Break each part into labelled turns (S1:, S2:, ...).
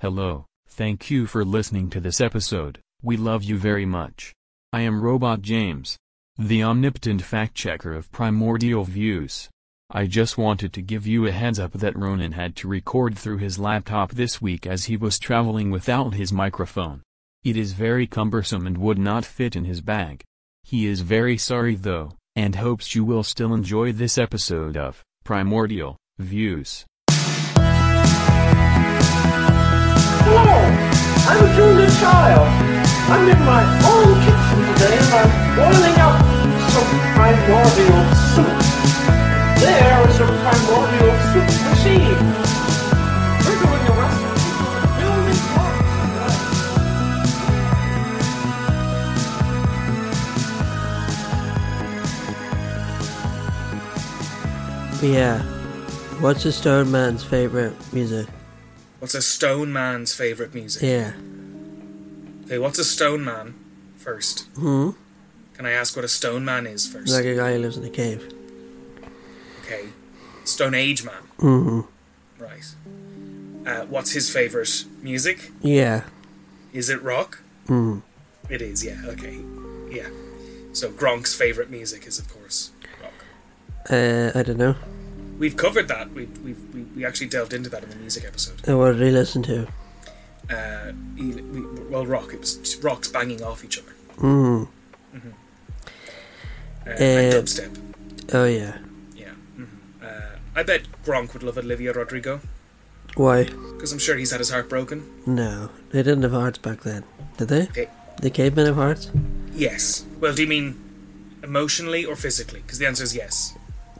S1: Hello, thank you for listening to this episode. We love you very much. I am Robot James, the omnipotent fact checker of Primordial Views. I just wanted to give you a heads up that Ronan had to record through his laptop this week as he was traveling without his microphone. It is very cumbersome and would not fit in his bag. He is very sorry though, and hopes you will still enjoy this episode of Primordial Views.
S2: Hello, I'm a junior child. I'm in my own kitchen today and I'm boiling up some primordial soup. There is a primordial soup machine. We're doing a recipe. Building blocks of life.
S3: Yeah. What's a stone man's favorite music?
S4: What's a stone man's favourite music?
S3: Yeah.
S4: Okay, what's a stone man first?
S3: Hmm?
S4: Can I ask what a stone man is first?
S3: Like a guy who lives in a cave.
S4: okay. Stone Age man.
S3: hmm
S4: Right. Uh, what's his favourite music?
S3: Yeah.
S4: Is it rock?
S3: Hmm.
S4: It is, yeah, okay. Yeah. So Gronk's favourite music is, of course, rock.
S3: Uh, I don't know.
S4: We've covered that. We, we, we, we actually delved into that in the music episode.
S3: Uh, What did he listen to?
S4: Uh, he, we, well, rock. It was rocks banging off each other.
S3: Hmm.
S4: Uh, and
S3: Uh,
S4: dubstep.
S3: Oh, yeah.
S4: Yeah. hmm Uh, I bet Gronk would love Olivia Rodrigo.
S3: Why?
S4: Because I'm sure he's had his heart broken.
S3: No. They didn't have hearts back then. Did they?
S4: Okay.
S3: The cavemen have hearts?
S4: Yes. Well, do you mean emotionally or physically? Because the answer is yes.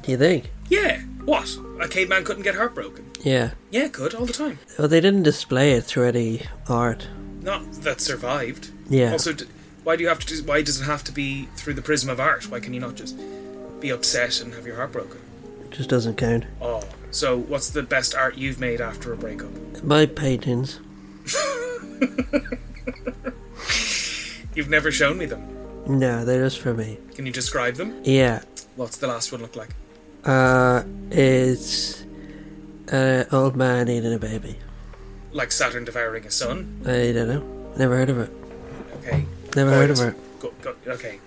S3: Do you think?
S4: Yeah. What? A caveman couldn't get heartbroken.
S3: Yeah.
S4: Yeah, could all the time.
S3: Well, they didn't display it through any art.
S4: Not that survived.
S3: Yeah.
S4: Also, d- why do you have to? Do, why does it have to be through the prism of art? Why can you not just be upset and have your heart broken?
S3: just doesn't count.
S4: Oh, so what's the best art you've made after a breakup?
S3: My paintings.
S4: You've never shown me them.
S3: No, they're just for me.
S4: Can you describe them?
S3: Yeah.
S4: What's the last one look like?
S3: Uh, it's an old man eating a baby.
S4: Like Saturn devouring a sun.
S3: I don't know. Never heard of it.
S4: Okay.
S3: Never heard of
S4: Alright.
S3: it.
S4: Go, go, okay.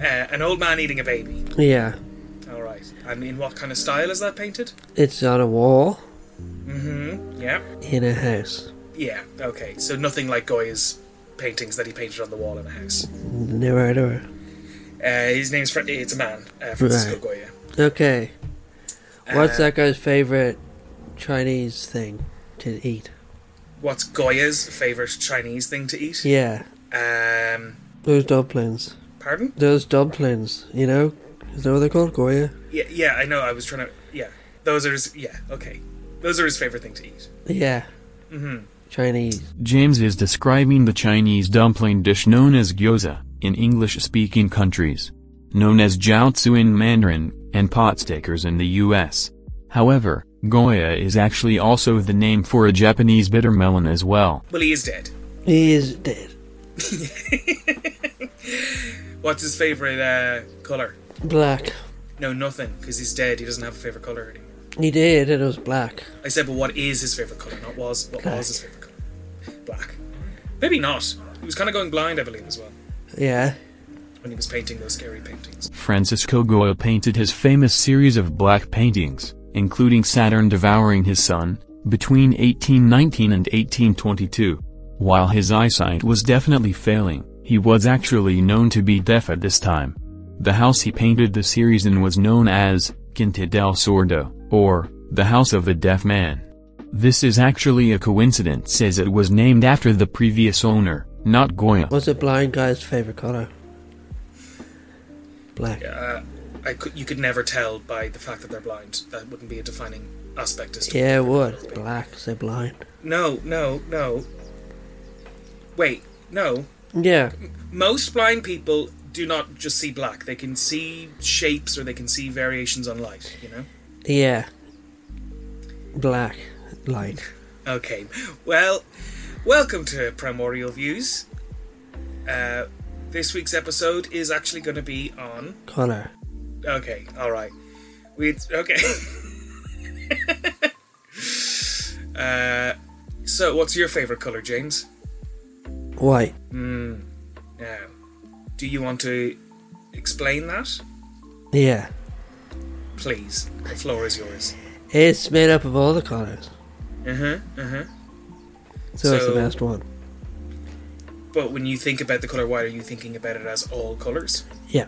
S4: Uh, an old man eating a baby.
S3: Yeah.
S4: All right. And in what kind of style is that painted?
S3: It's on a wall
S4: Mm-hmm. Yeah.
S3: in a house.
S4: Yeah. Okay. So nothing like Goya's paintings that he painted on the wall in the house.
S3: Never heard of it.
S4: Uh, his name's Fra- it's a man, uh, Francisco
S3: Right.
S4: Goya.
S3: Okay. What's
S4: Uh,
S3: that guy's favorite Chinese thing to eat?
S4: What's Goya's favorite Chinese thing to eat?
S3: Yeah.
S4: Um,
S3: Those dumplings.
S4: pardon?
S3: Those dumplings, you know? Is that what they're called? Goya?
S4: Yeah. Yeah. I know. I was trying to. Yeah. Those are his. Yeah. Okay. Those are his favorite thing to eat.
S3: Yeah.
S4: Mm-hmm.
S3: Chinese.
S1: James is describing the Chinese dumpling dish known as gyoza in English speaking countries, known as jiaozu in Mandarin, and potstickers in the US. However, Goya is actually also the name for a Japanese bitter melon as well.
S4: Well, he is dead.
S3: He is dead.
S4: What's his favorite uh, color?
S3: Black.
S4: No, nothing, because he's dead. He doesn't have a favorite color anymore.
S3: He did, and it was black.
S4: I said, but what is his favorite color? Not was. What was his favorite color? Black. Maybe not. He was kind of going blind, I believe, as well,
S3: Yeah.
S4: when he was painting those scary paintings.
S1: Francisco Goya painted his famous series of black paintings, including Saturn devouring his sun, between 1819 and 1822. While his eyesight was definitely failing, he was actually known to be deaf at this time. The house he painted the series in was known as Quinta del Sordo, or the House of the Deaf Man. This is actually a coincidence as it was named after the previous owner, not Goya.
S3: What's a blind guy's favorite color? Black.
S4: Uh, I could, you could never tell by the fact that they're blind. That wouldn't be a defining aspect. As to
S3: Yeah, it would. Black, say blind.
S4: No, no, no. Wait, no.
S3: Yeah.
S4: Most blind people do not just see black. They can see shapes or they can see variations on light, you know?
S3: Yeah. Black light.
S4: Okay. Well, welcome to Primordial Views. Uh, this week's episode is actually going to be on.
S3: Colour.
S4: Okay, all right. We okay. uh, So, what's your favourite colour, James?
S3: White.
S4: Hmm. Now, do you want to explain that?
S3: Yeah.
S4: Please. The floor is yours.
S3: It's made up of all the colours,
S4: Uh huh. Uh huh.
S3: so, it's the
S4: So-
S3: best one.
S4: But when you think about the colour white, are you thinking about it as all colours?
S3: Yeah.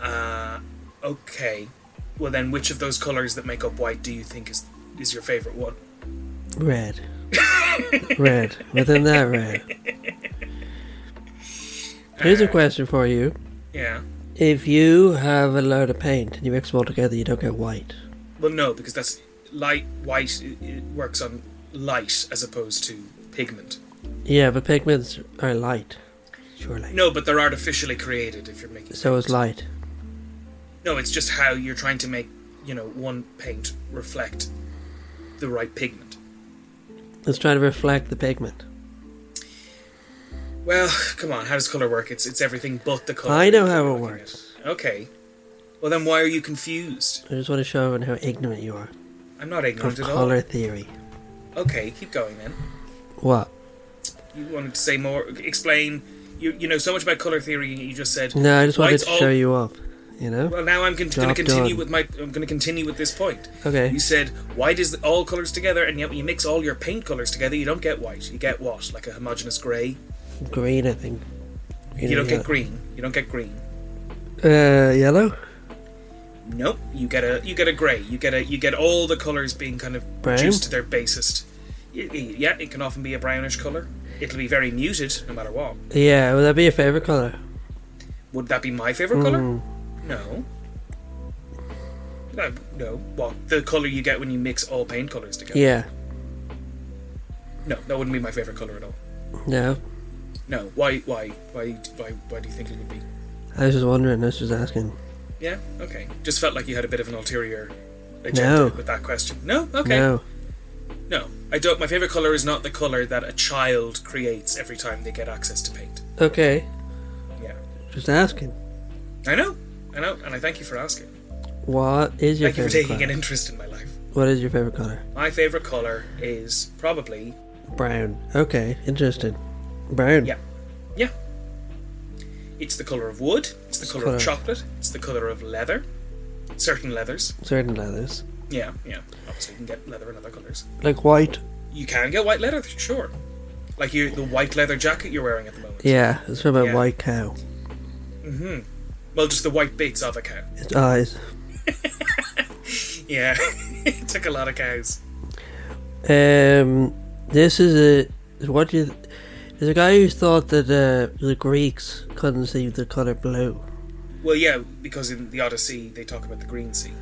S4: Uh, okay. Well, then, which of those colours that make up white do you think is is your favourite one?
S3: Red. red. Within that red. Here's a question for you.
S4: Yeah.
S3: If you have a load of paint and you mix them all together, you don't get white.
S4: Well, no, because that's light white. It, it works on light as opposed to pigment.
S3: Yeah, but pigments are light. Surely.
S4: No, but they're artificially created. If you're making
S3: So is light.
S4: no, it's just how you're trying to make you know one paint reflect the right pigment.
S3: It's trying to reflect the pigment.
S4: Well, come on, how does color work? It's it's everything but the color.
S3: I know
S4: that
S3: how
S4: you're
S3: it
S4: looking at.
S3: works.
S4: Okay. Well, then why are you confused?
S3: I just want to show everyone how ignorant you are
S4: I'm not
S3: of
S4: ignorant at all.
S3: color theory.
S4: Okay, keep going then.
S3: What?
S4: You wanted to say more? Explain. You you know so much about color theory, and you just said.
S3: No, I just wanted
S4: White's
S3: to
S4: all-
S3: show you off. You know?
S4: Well, now I'm con- going to
S3: Job
S4: continue
S3: done.
S4: with my. I'm going to continue with this point.
S3: Okay.
S4: You said white is all colors together, and yet when you mix all your paint colors together, you don't get white. You get what? Like a homogeneous gray.
S3: Green, I think.
S4: You don't get green. You don't get green.
S3: Uh, yellow?
S4: Nope. You get a you get a gray. You get a you get all the colors being kind of
S3: Brown?
S4: reduced to their basest. Y- y- Yeah, it can often be a brownish color. It'll be very muted, no matter what.
S3: Yeah, would that be your favorite color?
S4: Would that be my favorite color?
S3: Hmm.
S4: No. No, no. What? The color you get when you mix all paint colors together?
S3: Yeah.
S4: No, that wouldn't be my favorite color at all.
S3: No.
S4: No. Why? Why? Why? Why? Why do you think it would be?
S3: I was just wondering, I was just asking.
S4: Yeah. Okay. Just felt like you had a bit of an ulterior agenda
S3: No.
S4: with that question. No. Okay.
S3: No.
S4: No, I don't. My favorite color is not the color that a child creates every time they get access to paint.
S3: Okay.
S4: Yeah.
S3: Just asking.
S4: I know. I know, and I thank you for asking.
S3: What is your
S4: Thank you for
S3: favorite
S4: taking an
S3: color?
S4: interest in my life.
S3: What is your favorite color?
S4: My favorite color is probably
S3: Brown. Okay, interesting. Brown.
S4: Yeah. yeah. It's the color of wood. It's the color
S3: colour-
S4: of chocolate. It's the color of leather. Certain leathers.
S3: Certain leathers.
S4: Yeah, yeah. Obviously, you can get leather in other colors.
S3: Like white.
S4: You can get white leather, sure. Like you, the white leather jacket you're wearing at the moment.
S3: Yeah, it's from a
S4: Yeah.
S3: white cow.
S4: Mm-hmm. Well, just the white bits of a cow.
S3: Its eyes.
S4: Yeah, it took a lot of cows.
S3: Um, this is a. What do you. There's a guy who thought that uh, the Greeks couldn't see the color blue.
S4: Well, yeah, because in the Odyssey they talk about the green sea.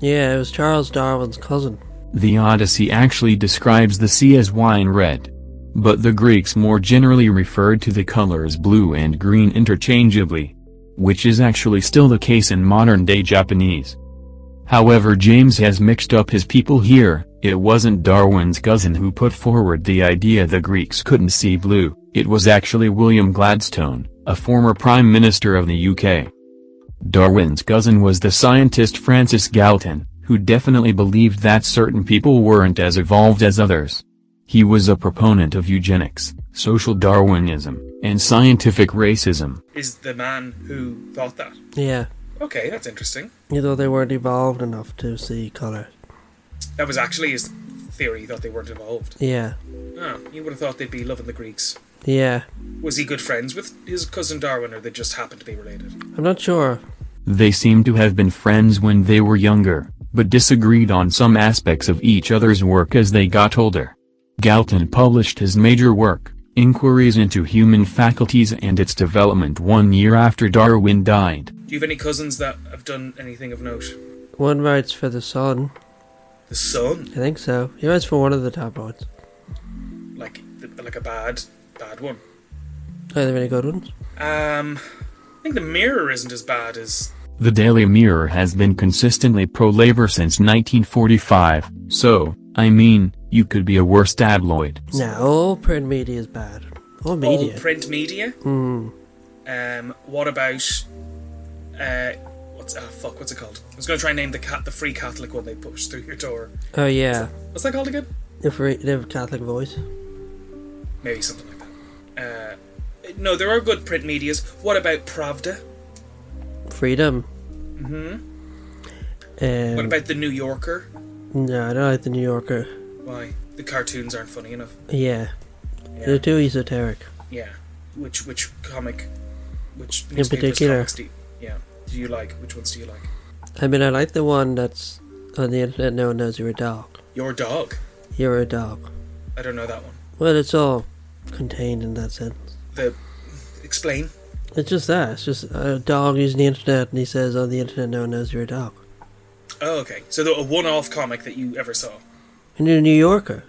S3: Yeah, it was Charles Darwin's cousin.
S1: The Odyssey actually describes the sea as wine red. But the Greeks more generally referred to the colors blue and green interchangeably. Which is actually still the case in modern day Japanese. However, James has mixed up his people here. It wasn't Darwin's cousin who put forward the idea the Greeks couldn't see blue, it was actually William Gladstone, a former Prime Minister of the UK. Darwin's cousin was the scientist Francis Galton, who definitely believed that certain people weren't as evolved as others. He was a proponent of eugenics, social Darwinism, and scientific racism.
S4: Is the man who thought that?
S3: Yeah.
S4: Okay, that's interesting.
S3: You thought they weren't evolved enough to see color.
S4: That was actually his theory. He thought they weren't involved.
S3: Yeah.
S4: Oh, you would have thought they'd be loving the Greeks.
S3: Yeah.
S4: Was he good friends with his cousin Darwin, or they just happened to be related?
S3: I'm not sure.
S1: They seem to have been friends when they were younger, but disagreed on some aspects of each other's work as they got older. Galton published his major work, Inquiries into Human Faculties and Its Development one year after Darwin died.
S4: Do you have any cousins that have done anything of note?
S3: One writes for the Sun.
S4: The son,
S3: I think so. He writes for one of the tabloids.
S4: like, the, like a bad, bad one.
S3: Are there any good ones?
S4: Um, I think the Mirror isn't as bad as
S1: The Daily Mirror has been consistently pro-labor since 1945, so, I mean, you could be a worse tabloid.
S3: No, all print media is bad. All media.
S4: all print media.
S3: mm.
S4: Um, what about uh, what's ah fuck? What's it called? I was going to try and name the cat, the free Catholic one they pushed through your door.
S3: Oh yeah.
S4: What's that called again?
S3: If we they have a Catholic voice.
S4: maybe something like that. Uh, no, there are good print medias. What about Pravda?
S3: Freedom.
S4: hmm
S3: Um,
S4: What about the New Yorker?
S3: No, I don't like the New Yorker.
S4: Why the cartoons aren't funny enough?
S3: Yeah.
S4: Yeah.
S3: They're too esoteric.
S4: Yeah. Which which comic? Which
S3: In
S4: newspapers,
S3: particular.
S4: comics do you, yeah? Do you like? Which ones do you like?
S3: I mean, I like the one that's on the internet no one knows you're a dog.
S4: Your dog.
S3: You're a dog.
S4: I don't know that one.
S3: Well, it's all contained in that sentence.
S4: The explain.
S3: It's just that. It's just a dog using the internet and he says, on the internet no one knows you're a dog.
S4: Oh, okay. So the, a one-off comic that you ever saw.
S3: And you're a New Yorker.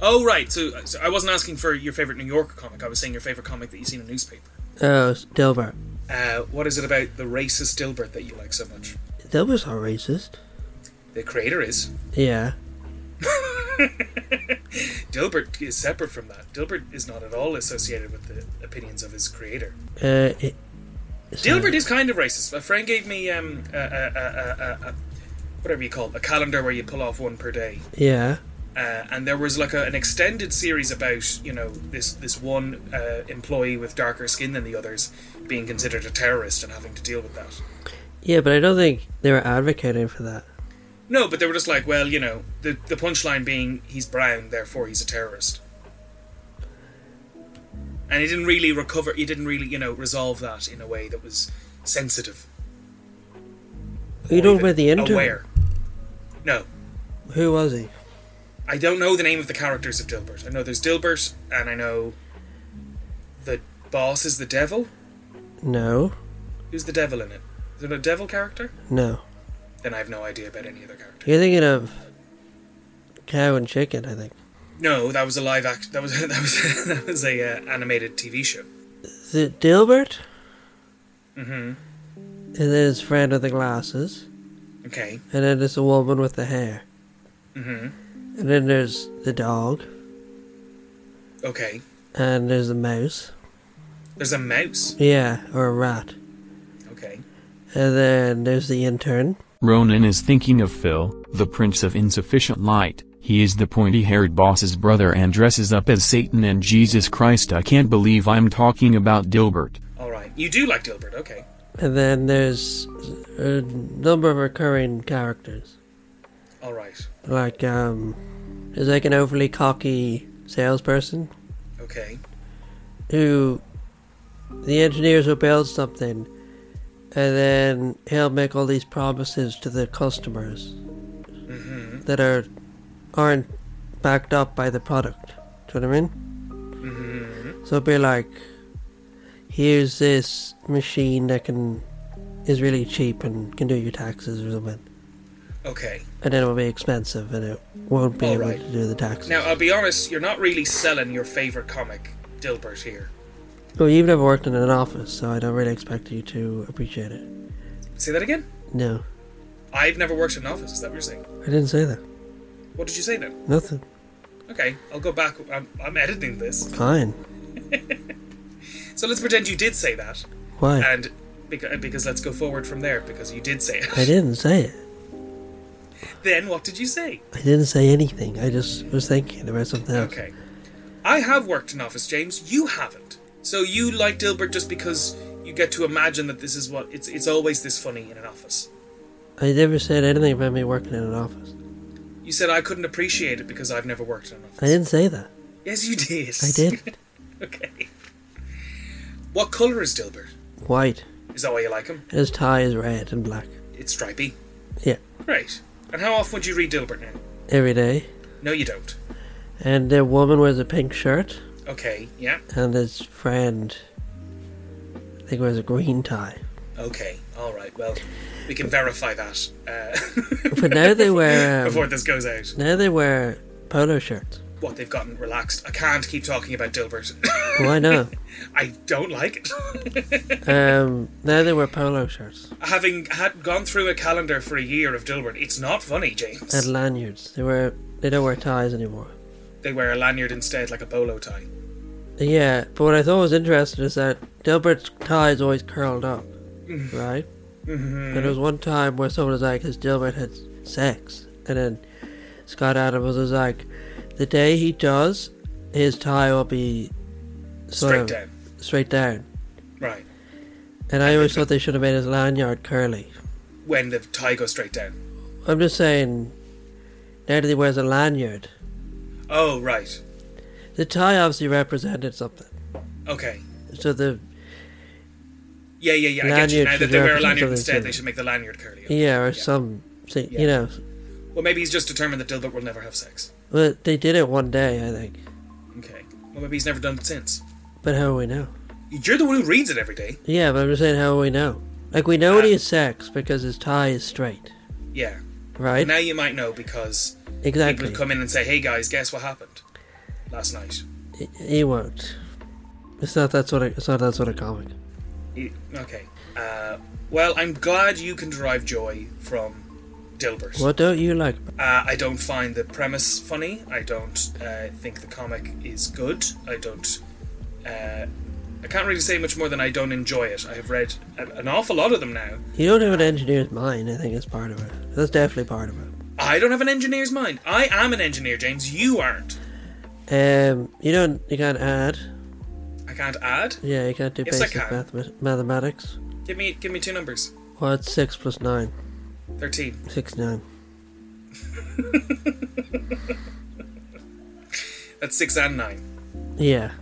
S4: Oh, right. So, so I wasn't asking for your favorite New Yorker comic. I was saying your favorite comic that you see in a newspaper.
S3: Oh, it's Dilbert.
S4: Uh, what is it about the racist Dilbert that you like so much?
S3: Dilbert's not racist.
S4: The creator is.
S3: Yeah.
S4: Dilbert is separate from that. Dilbert is not at all associated with the opinions of his creator.
S3: Uh, it,
S4: Dilbert is kind of racist. A friend gave me um a, a, a, a, a, a whatever you call it, a calendar where you pull off one per day,
S3: Yeah.
S4: uh, and there was like a, an extended series about you know this this one uh, employee with darker skin than the others being considered a terrorist and having to deal with that.
S3: Yeah, but I don't think they were advocating for that.
S4: No, but they were just like, well, you know, the the punchline being he's brown, therefore he's a terrorist. And he didn't really recover. He didn't really, you know, resolve that in a way that was sensitive.
S3: You
S4: or
S3: don't
S4: even
S3: about the intern?
S4: Aware. No,
S3: Who was he?
S4: I don't know the name of the characters of Dilbert. I know there's Dilbert, and I know the boss is the devil.
S3: No.
S4: Who's the devil in it? Is it a devil character?
S3: No.
S4: Then I have no idea about any other character.
S3: You're thinking of cow and chicken, I think.
S4: No, that was a live act. That was that was that was a uh, animated TV show.
S3: The Dilbert
S4: hmm
S3: and then his friend with the glasses,
S4: Okay.
S3: and then there's a woman with the hair,
S4: hmm
S3: and then there's the dog,
S4: Okay.
S3: and there's the mouse.
S4: There's a mouse.
S3: Yeah, or a rat.
S4: Okay.
S3: And then there's the intern.
S1: Ronan is thinking of Phil, the Prince of Insufficient Light. He is the pointy haired boss's brother and dresses up as Satan and Jesus Christ. I can't believe I'm talking about Dilbert.
S4: All right. You do like Dilbert. Okay.
S3: And then there's a number of recurring characters.
S4: All right.
S3: Like, um, there's like an overly cocky salesperson
S4: Okay.
S3: who the engineers will build something and then he'll make all these promises to the customers
S4: Mm-hmm.
S3: that are aren't backed up by the product. Do you know what I mean?
S4: Mm-hmm.
S3: So it'll be like, here's this machine that can is really cheap and can do your taxes or something,
S4: Okay.
S3: and then it'll be expensive and it won't be
S4: All
S3: able
S4: right.
S3: to do the taxes.
S4: Now I'll be honest. You're not really selling your favorite comic, Dilbert here.
S3: Well, you've never worked in an office, so I don't really expect you to appreciate it.
S4: Say that again.
S3: No,
S4: I've never worked in an office. Is that what you're saying?
S3: I didn't say that.
S4: What did you say then?
S3: Nothing.
S4: Okay, I'll go back. I'm, I'm editing this.
S3: Fine.
S4: So let's pretend you did say that,
S3: Why?
S4: and because, because let's go forward from there because you did say it.
S3: I didn't say it.
S4: Then what did you say?
S3: I didn't say anything. I just was thinking about something else.
S4: Okay, I have worked in office, James. You haven't. So you like Dilbert just because you get to imagine that this is what it's. It's always this funny in an office.
S3: I never said anything about me working in an office.
S4: You said I couldn't appreciate it because I've never worked in an office.
S3: I didn't say that.
S4: Yes, you did.
S3: I did.
S4: okay. What color is Dilbert?
S3: White.
S4: Is that why you like him?
S3: His tie is red and black.
S4: It's stripy.
S3: Yeah.
S4: Great. And how often would you read Dilbert now?
S3: Every day.
S4: No, you don't.
S3: And the woman wears a pink shirt,
S4: Okay, yeah.
S3: and his friend, I think, wears a green tie.
S4: Okay, all right. Well, we can verify that. Uh,
S3: But now they wear.
S4: before
S3: Um,
S4: this goes out,
S3: now they wear polo shirts.
S4: what they've gotten relaxed. I can't keep talking about Dilbert.
S3: Why not?
S4: I don't like it.
S3: Um, now they wear polo shirts
S4: Having had gone through a calendar for a year of Dilbert, it's not funny, James.
S3: and lanyards. They wear. They don't wear ties anymore.
S4: they wear a lanyard instead, like a bolo tie.
S3: Yeah, but what I thought was interesting is that Dilbert's tie is always curled up, right?
S4: Mm-hmm.
S3: Mm-hmm. And there was one time where someone was like, "His Dilbert had sex," and then Scott Adams was like, the day he does, his tie will be sort
S4: Straight
S3: of
S4: down.
S3: straight down.
S4: Right.
S3: And I always thought they should have made his lanyard curly.
S4: When the tie goes straight down.
S3: I'm just saying, now that he wears a lanyard,
S4: Oh, right.
S3: the tie obviously represented something.
S4: Okay.
S3: So the
S4: Yeah, yeah, yeah. I get
S3: Lanyard
S4: you. Now that
S3: should
S4: they wear a
S3: represent
S4: lanyard
S3: something
S4: instead, they
S3: too.
S4: should make the lanyard curly. Okay.
S3: yeah, or some, see, you know,
S4: Well, maybe he's just determined that Dilbert will never have sex.
S3: but they did it one day, I think.
S4: Okay. Well, maybe he's never done it since.
S3: But how will we know?
S4: You're the one who reads it every day.
S3: Yeah, but I'm just saying, how will we know? Like we know when
S4: Ah.
S3: he has sex because his tie is straight,
S4: Yeah.
S3: right?
S4: now you might know because
S3: exactly.
S4: people come in and say, "Hey guys, guess what happened last night?"
S3: He- He won't. It's not that sort of. It's not that sort of comic.
S4: You- Okay. Uh, well, I'm glad you can derive joy from Dilbert.
S3: What don't you like?
S4: Uh, I don't find the premise funny. I don't uh, think the comic is good. I don't. Uh, I can't really say much more than I don't enjoy it. I have read a- an awful lot of them now.
S3: You don't have an engineer's mind. I think is part of it. That's definitely part of it.
S4: I don't have an engineer's mind. I am an engineer, James. You aren't.
S3: Um, you don't. You can't add.
S4: I can't add.
S3: Yeah, you can't do
S4: Yes, I
S3: basic
S4: can.
S3: mathemat- mathematics.
S4: Give me, give me two numbers.
S3: What's six plus nine?
S4: Thirteen.
S3: Six nine.
S4: That's six and nine.
S3: Yeah.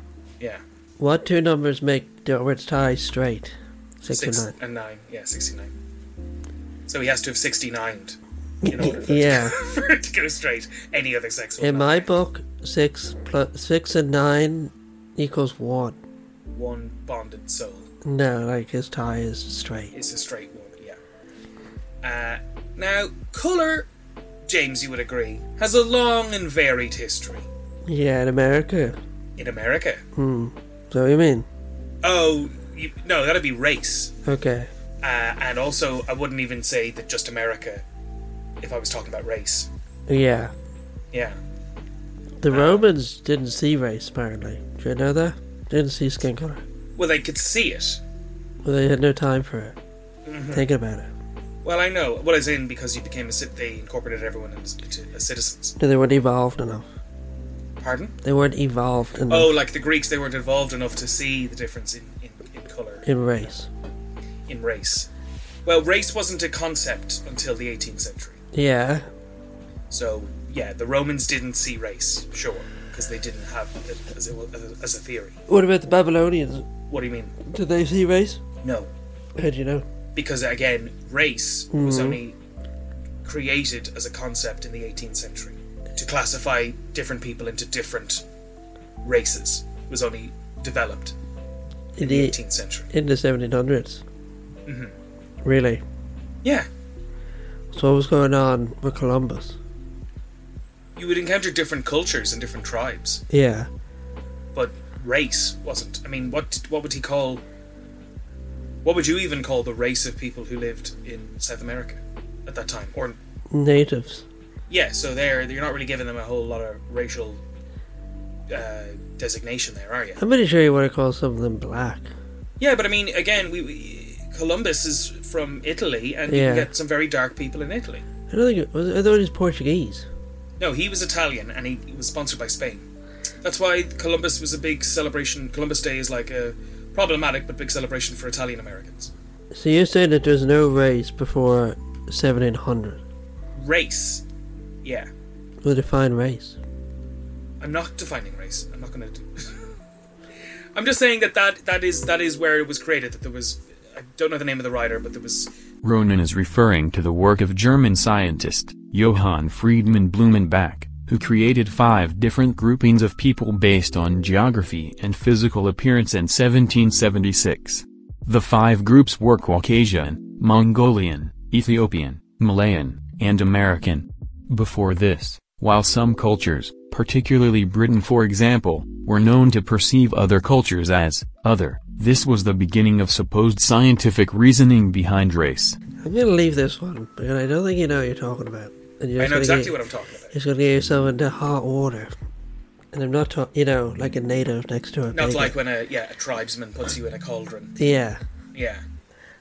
S4: Yeah.
S3: What two numbers make Dilbert's tie straight? Six,
S4: six
S3: and nine.
S4: and nine. Yeah, sixty-nine. So he has to have sixty-nine in order for,
S3: Yeah.
S4: for it to go straight. Any other sex will
S3: In
S4: not.
S3: my book, six plus six and nine equals one.
S4: one bonded soul
S3: No, like his tie is straight.
S4: is a straight one. Yeah. Uh, now, color, James, you would agree, has a long and varied history
S3: Yeah, in America.
S4: in America.
S3: So what do you mean?
S4: Oh, you, no, that'd be race.
S3: Okay.
S4: Uh, and also, I wouldn't even say that just America. If I was talking about race,
S3: Yeah.
S4: yeah.
S3: The Romans didn't see race, apparently. Do you know that? Didn't see skin color.
S4: Well, they could see it.
S3: Well, they had no time for it. Thinking about it.
S4: Well, I know. Well, as in because you became a cit, they incorporated everyone into, into as citizens.
S3: No, they weren't evolved enough.
S4: Pardon?
S3: They weren't evolved enough
S4: Oh, like the Greeks, they weren't involved enough to see the difference in, in, in color,
S3: in race.
S4: in race. Well, race wasn't a concept until the 18th century.
S3: Yeah.
S4: So, yeah, the Romans didn't see race, sure, because they didn't have it as a, as a theory.
S3: What about the Babylonians?
S4: What do you mean?
S3: Did they see race?
S4: No.
S3: How do you know?
S4: Because, again, race was only created as a concept in the 18th century to classify different people into different races was only developed in the 18th century.
S3: in the 1700s. Really?
S4: Yeah,
S3: So what was going on with Columbus?
S4: you would encounter different cultures and different tribes.
S3: Yeah.
S4: but race wasn't. I mean, what what would he call? What would you even call the race of people who lived in South America at that time? Or
S3: Natives.
S4: yeah, so there you're not really giving them a whole lot of racial uh, designation there, are you?
S3: I'm pretty sure you want to call some of them black.
S4: Yeah, but I mean, again, we, we Columbus is from Italy, and you can
S3: Yeah.
S4: get some very dark people in Italy.
S3: I don't think it was. I thought it was Portuguese.
S4: No, he was Italian, and he, he was sponsored by Spain. That's why Columbus was a big celebration. Columbus Day is like a problematic but big celebration for Italian Americans.
S3: So you're saying that there's no race before 1700?
S4: race. Yeah,
S3: We define race.
S4: I'm not defining race. I'm not going to. I'm just saying that, that that is that is where it was created. That there was, I don't know the name of the writer, but there was.
S1: Ronan is referring to the work of German scientist Johann Friedman Blumenbach, who created five different groupings of people based on geography and physical appearance in 1776. The five groups were Caucasian, Mongolian, Ethiopian, Malayan, and American. Before this, while some cultures, particularly Britain for example, were known to perceive other cultures as other, this was the beginning of supposed scientific reasoning behind race.
S3: I'm gonna leave this one because I don't think you know what you're talking about. And you're
S4: I
S3: just
S4: know
S3: gonna
S4: exactly
S3: get,
S4: what I'm talking about.
S3: You're just gonna get yourself into hot water. And I'm not talking, you know, like a native next to a
S4: Not
S3: pagan.
S4: like when a yeah a tribesman puts you in a cauldron.
S3: Yeah.
S4: Yeah,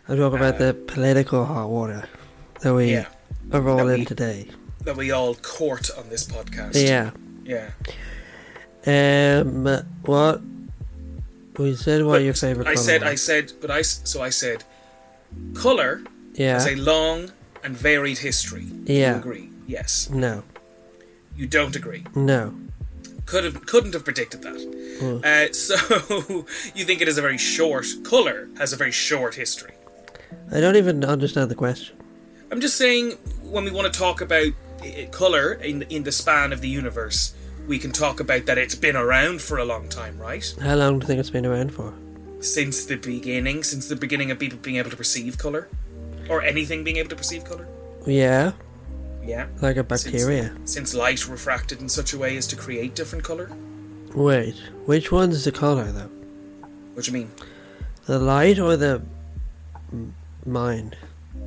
S3: I'm talking about the political hot water that we
S4: Uh, Yeah.
S3: are all
S4: That
S3: in
S4: we-
S3: today.
S4: that we all court on this podcast.
S3: Yeah.
S4: Yeah.
S3: Um, what? We said what
S4: But
S3: your favorite
S4: I
S3: color
S4: said,
S3: was.
S4: I said, but I, s- so I said, color
S3: yeah.
S4: has a long and varied history. You
S3: Yeah.
S4: agree? Yes.
S3: No.
S4: You don't agree.
S3: No.
S4: Could have, couldn't have predicted that.
S3: Mm.
S4: Uh, so you think it is a very short color has a very short history.
S3: I don't even understand the question.
S4: I'm just saying when we want to talk about color in the, in the span of the universe, we can talk about that it's been around for a long time, right?
S3: How long do you think it's been around for?
S4: Since the beginning, since the beginning of people being able to perceive color, or anything being able to perceive color.
S3: Yeah.
S4: Yeah.
S3: Like a
S4: Since-
S3: bacteria.
S4: Since, light refracted in such a way as to create different color.
S3: Wait. Which one's the color, though?
S4: What do you mean?
S3: The light or the m- mind?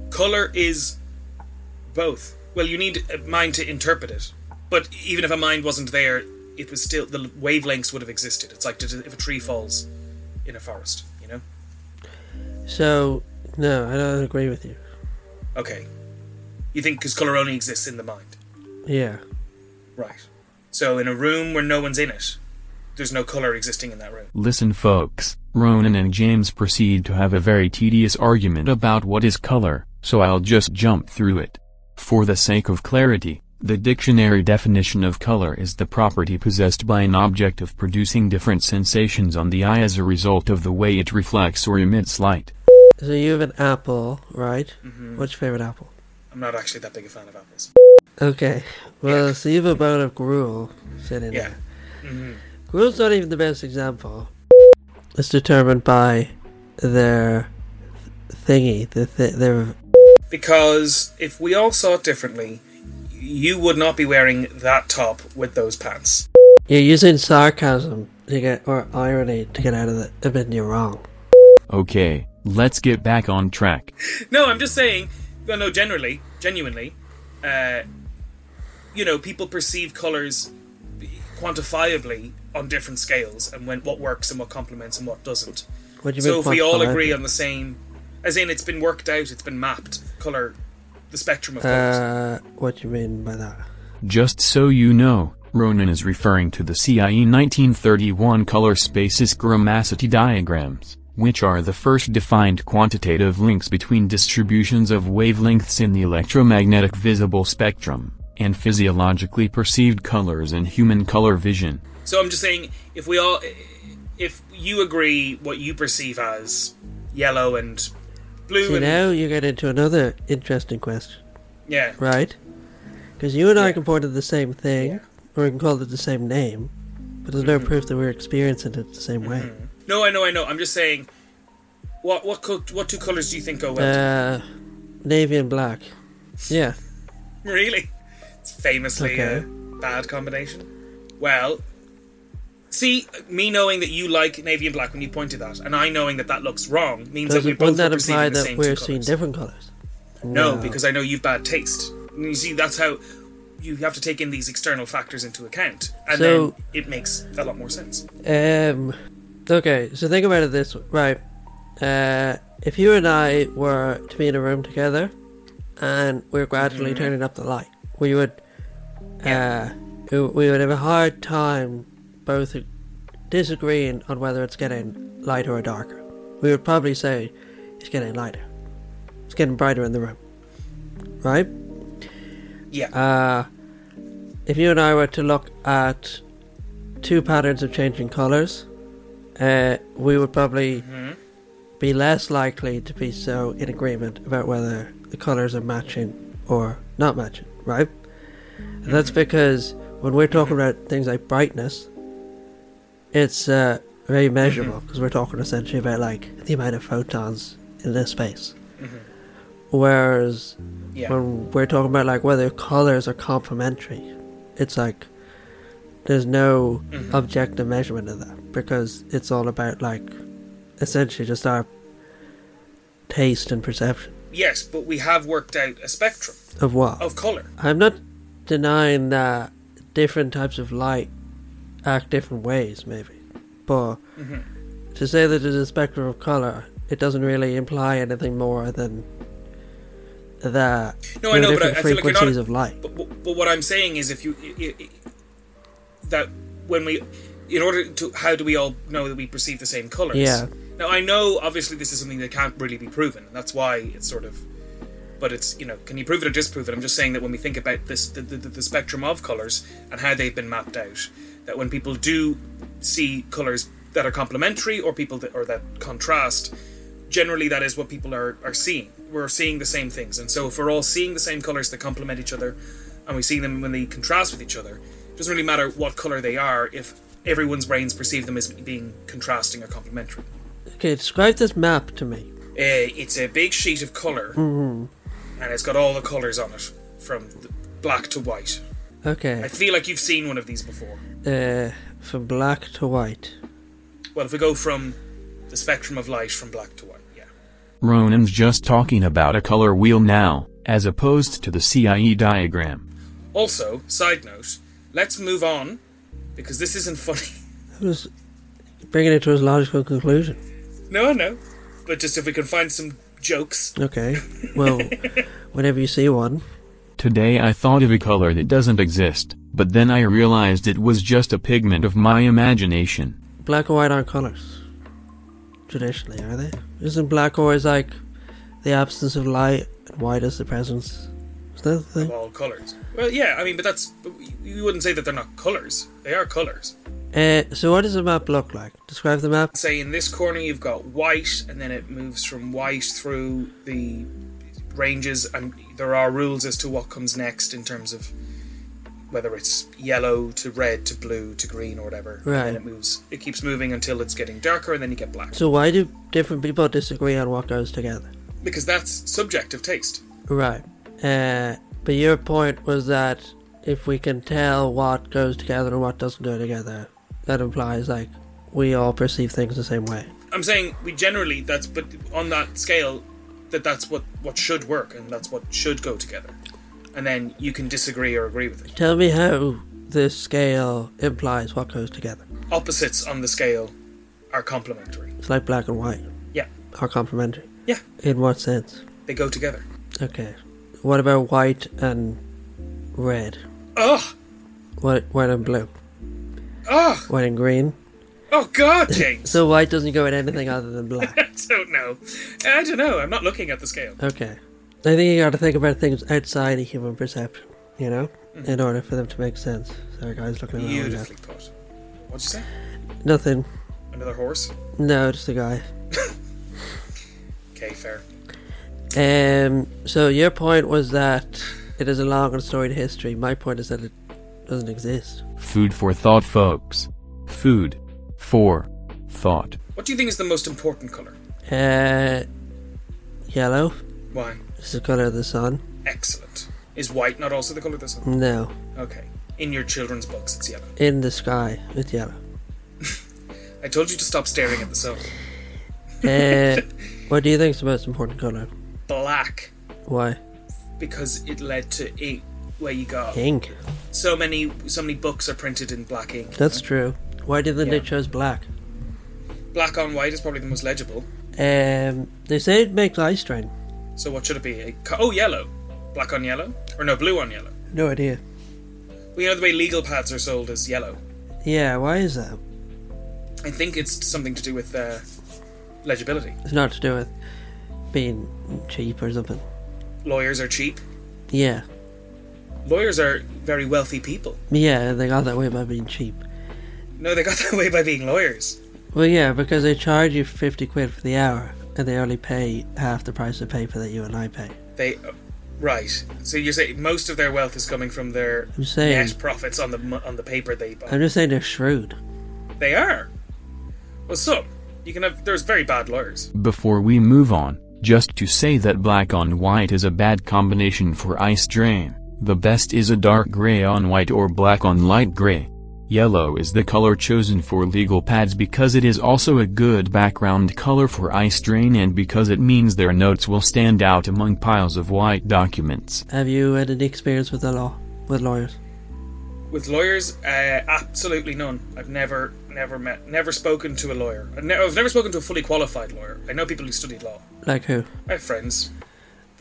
S4: Color is both. Well, you need a mind to interpret it. But even if a mind wasn't there, it was still the wavelengths would have existed. It's like if a tree falls in a forest, you know.
S3: So, no, I don't agree with you.
S4: Okay. You think because color only exists in the mind,
S3: Yeah.
S4: right? So in a room where no one's in it, there's no color existing in that room.
S1: Listen, folks, Ronan and James proceed to have a very tedious argument about what is color, so I'll just jump through it. For the sake of clarity, the dictionary definition of color is the property possessed by an object of producing different sensations on the eye as a result of the way it reflects or emits light.
S3: So you have an apple, right?
S4: Mm-hmm.
S3: What's your favorite apple?
S4: I'm not actually that big a fan of apples.
S3: Okay. Well, so you have a bone of gruel sitting
S4: Yeah.
S3: there. Gruel's not even the best example. It's determined by their thingy, the th- their
S4: Because if we all saw it differently, you would not be wearing that top with those pants.
S3: You're using sarcasm to get or irony to get out of it. I mean, you're wrong.
S1: Okay, let's get back on track.
S4: No, I'm just saying. No, no, generally, genuinely, uh, you know, people perceive colors quantifiably on different scales, and when what works and what complements and what doesn't.
S3: What do you
S4: So
S3: mean?
S4: if we all
S3: quantifiable?
S4: agree on the same, as in it's been worked out, it's been mapped, color, the spectrum of colors.
S3: uh, what do you mean by that?
S1: Just so you know, Ronan is referring to the CIE 1931 color spaces chromaticity diagrams, which are the first defined quantitative links between distributions of wavelengths in the electromagnetic visible spectrum, and physiologically perceived colors in human color vision.
S4: So I'm just saying, if we all, if you agree what you perceive as yellow and blue,
S3: See,
S4: and
S3: now you get into another interesting question,
S4: yeah,
S3: right? Because you and I
S4: Yeah.
S3: can point at the same thing, or we can call it the same name, but there's
S4: Mm-hmm.
S3: no proof that we're experiencing it the same way.
S4: no, I know, I know. I'm just saying, what what co- what two colors do you think go well?
S3: Uh, navy and black. Yeah.
S4: really, it's famously a
S3: Okay.
S4: bad combination. Well. See, me knowing that you like navy and black when you point to that, and I knowing that that looks wrong, means
S3: Does
S4: that we
S3: it, wouldn't
S4: both are
S3: that imply
S4: perceiving the
S3: that
S4: same
S3: we're
S4: two
S3: seeing
S4: colors.
S3: different colors?
S4: No, because I know you've bad taste. And You see, that's how you have to take in these external factors into account, and
S3: So-
S4: then it makes a lot more sense.
S3: Um. Okay, so think about it this way, right? Uh, if you and I were to be in a room together, and we're gradually
S4: Mm-hmm.
S3: turning up the light, we would, uh, we we would have a hard time both disagreeing on whether it's getting lighter or darker. We would probably say it's getting lighter, it's getting brighter in the room, right?
S4: Yeah,
S3: uh, if you and I were to look at two patterns of changing colours, uh, we would probably be less likely to be so in agreement about whether the colours are matching or not matching, right? And that's because when we're talking about things like brightness, it's uh, very measurable because we're talking essentially about like the amount of photons in this space. Whereas
S4: yeah,
S3: when we're talking about like whether colors are complementary it's like there's no
S4: Mm-hmm.
S3: objective measurement of that because it's all about like essentially just our taste and perception
S4: yes, but we have worked out a spectrum
S3: of what
S4: of color.
S3: i'm not denying that different types of light act different ways maybe but
S4: Mm-hmm.
S3: to say that it's a spectrum of color it doesn't really imply anything more than the
S4: No, I know, but I-
S3: different
S4: I feel like you're not-
S3: frequencies of light.
S4: But, but, but what I'm saying is, if you i i that when we, in order to, how do we all know that we perceive the same colors?
S3: Yeah.
S4: Now I know, obviously, this is something that can't really be proven, and that's why it's sort of. But it's you know, can you prove it or disprove it? I'm just saying that when we think about this, the, the, the spectrum of colors and how they've been mapped out, that when people do see colors that are complementary or people that or that contrast, generally that is what people are, are seeing. We're seeing the same things. And so if we're all seeing the same colours that complement each other and we see them when they contrast with each other, it doesn't really matter what colour they are if everyone's brains perceive them as being contrasting or complementary.
S3: Okay, describe this map to me.
S4: Uh, it's a big sheet of color and it's got all the colours on it from th- black to white. I
S3: Okay,
S4: feel like you've seen one of these before.
S3: uh, from black to white.
S4: Well, if we go from the spectrum of light from black to white, yeah.
S1: Ronan's just talking about a color wheel now, as opposed to the CIE diagram.
S4: Also, side note, let's move on because this isn't funny.
S3: I was bringing it to its logical conclusion.
S4: No, I know. But just if we can find some jokes.
S3: Okay, well, whenever you see one,
S1: Today I thought of a color that doesn't exist, but then I realized it was just a pigment of my imagination.
S3: black and white aren't colors. Traditionally, are they? Isn't black always like the absence of light and white is the presence? Is that the
S4: Of
S3: thing?
S4: all colours. Well, yeah, I mean, but that's. But you- you wouldn't say that they're not colours. They are colours.
S3: Uh, so, what does the map look like? Describe the map.
S4: Say in this corner you've got white, and then it moves from white through the ranges, and there are rules as to what comes next in terms of whether it's yellow to red to blue to green or whatever.
S3: Right.
S4: And then it moves. It keeps moving until it's getting darker, and then you get black.
S3: So, why do different people disagree on what goes together?
S4: Because that's subjective taste.
S3: Right. Uh, but your point was that if we can tell what goes together and what doesn't go together, that implies like we all perceive things the same way.
S4: I'm saying we generally that's but on that scale that that's what what should work and that's what should go together and then you can disagree or agree with it
S3: Tell me how this scale implies what goes together.
S4: opposites on the scale are complementary
S3: It's like black and white
S4: yeah
S3: are complementary.
S4: yeah
S3: In what sense?
S4: they go together
S3: Okay. What about white and red?
S4: oh
S3: What white and blue?
S4: oh
S3: White and green?
S4: oh god james
S3: So white doesn't go with anything other than black.
S4: i don't know i don't know i'm not looking at the scale
S3: Okay. I think you got to think about things outside of human perception, you know, in order for them to make sense. Sorry, guys, looking at my window.
S4: Mm-hmm. beautifully put what'd you say
S3: Nothing.
S4: another horse
S3: No, just a guy.
S4: okay fair
S3: Um. So your point was that it is a long and storied history. My point is that it doesn't exist.
S1: Food for thought, folks. Food. For. Thought.
S4: what do you think is the most important color
S3: Uh. Yellow.
S4: why
S3: It's the color of the sun.
S4: excellent is white not also the color of the sun
S3: No.
S4: okay in your children's books it's yellow
S3: In the sky, it's yellow.
S4: I told you to stop staring at the sun.
S3: Uh, what do you think is the most important color?
S4: Black,
S3: Why?
S4: because it led to ink, where you got
S3: Pink.
S4: so many, so many books are printed in black ink.
S3: That's true. Why didn't they
S4: Yeah.
S3: choose black?
S4: Black on white is probably the most legible.
S3: Um, they say it makes eye strain.
S4: So what should it be? A co- oh, yellow, black on yellow, or no, blue on yellow.
S3: No idea.
S4: Well, you know the way legal pads are sold as yellow.
S3: Yeah, why is that?
S4: I think it's something to do with uh, legibility.
S3: It's not to do with being cheap or something.
S4: Lawyers are cheap.
S3: Yeah,
S4: Lawyers are very wealthy people.
S3: yeah, they got that way by being cheap.
S4: No, they got that way by being lawyers.
S3: Well, yeah, because they charge you fifty quid for the hour, and they only pay half the price of paper that you and I pay.
S4: They, right. So you're saying most of their wealth is coming from their
S3: I'm saying,
S4: net profits on the mo- on the paper they buy.
S3: I'm just saying they're shrewd.
S4: They are. Well, some. You can have. There's very bad lawyers.
S1: Before we move on, just to say that black on white is a bad combination for eye strain. The best is a dark gray on white or black on light gray. Yellow is the color chosen for legal pads because it is also a good background color for eye strain and because it means their notes will stand out among piles of white documents.
S3: Have you had any experience with the law, with lawyers?
S4: With lawyers, uh, absolutely none. I've never, never met, never spoken to a lawyer. I've, ne- I've never spoken to a fully qualified lawyer. I know people who studied law.
S3: Like who?
S4: I have friends.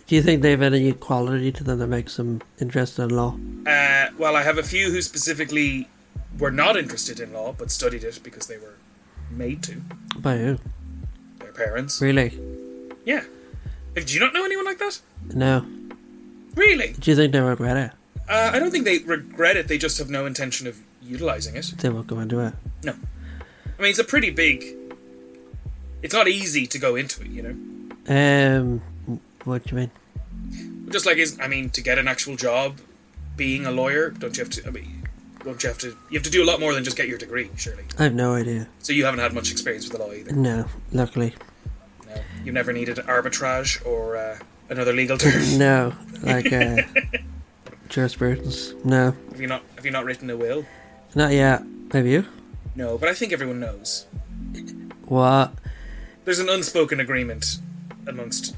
S3: Do you think they have any quality to them that makes them interested in law?
S4: Uh, well, I have a few who specifically were not interested in law but studied it because they were made to
S3: By who?
S4: their parents.
S3: Really?
S4: Yeah. Uh, Do you not know anyone like that?
S3: No.
S4: Really?
S3: Do you think they regret it?
S4: Uh, I don't think they regret it. They just have no intention of utilizing it.
S3: They won't go into it.
S4: I mean, it's a pretty big. It's not easy to go into it, you know.
S3: Um, what do you mean?
S4: Just like is, I mean, to get an actual job, being a lawyer, don't you have to? I mean, don't you have to? You have to do a lot more than just get your degree, surely.
S3: I have no idea.
S4: So you haven't had much experience with the law either.
S3: No, luckily.
S4: No, you've never needed arbitrage or uh, another legal term.
S3: No, like, uh, jurisprudence. No,
S4: have you not? Have you not written a will?
S3: not yet. Have you?
S4: No, but I think everyone knows.
S3: What?
S4: There's an unspoken agreement amongst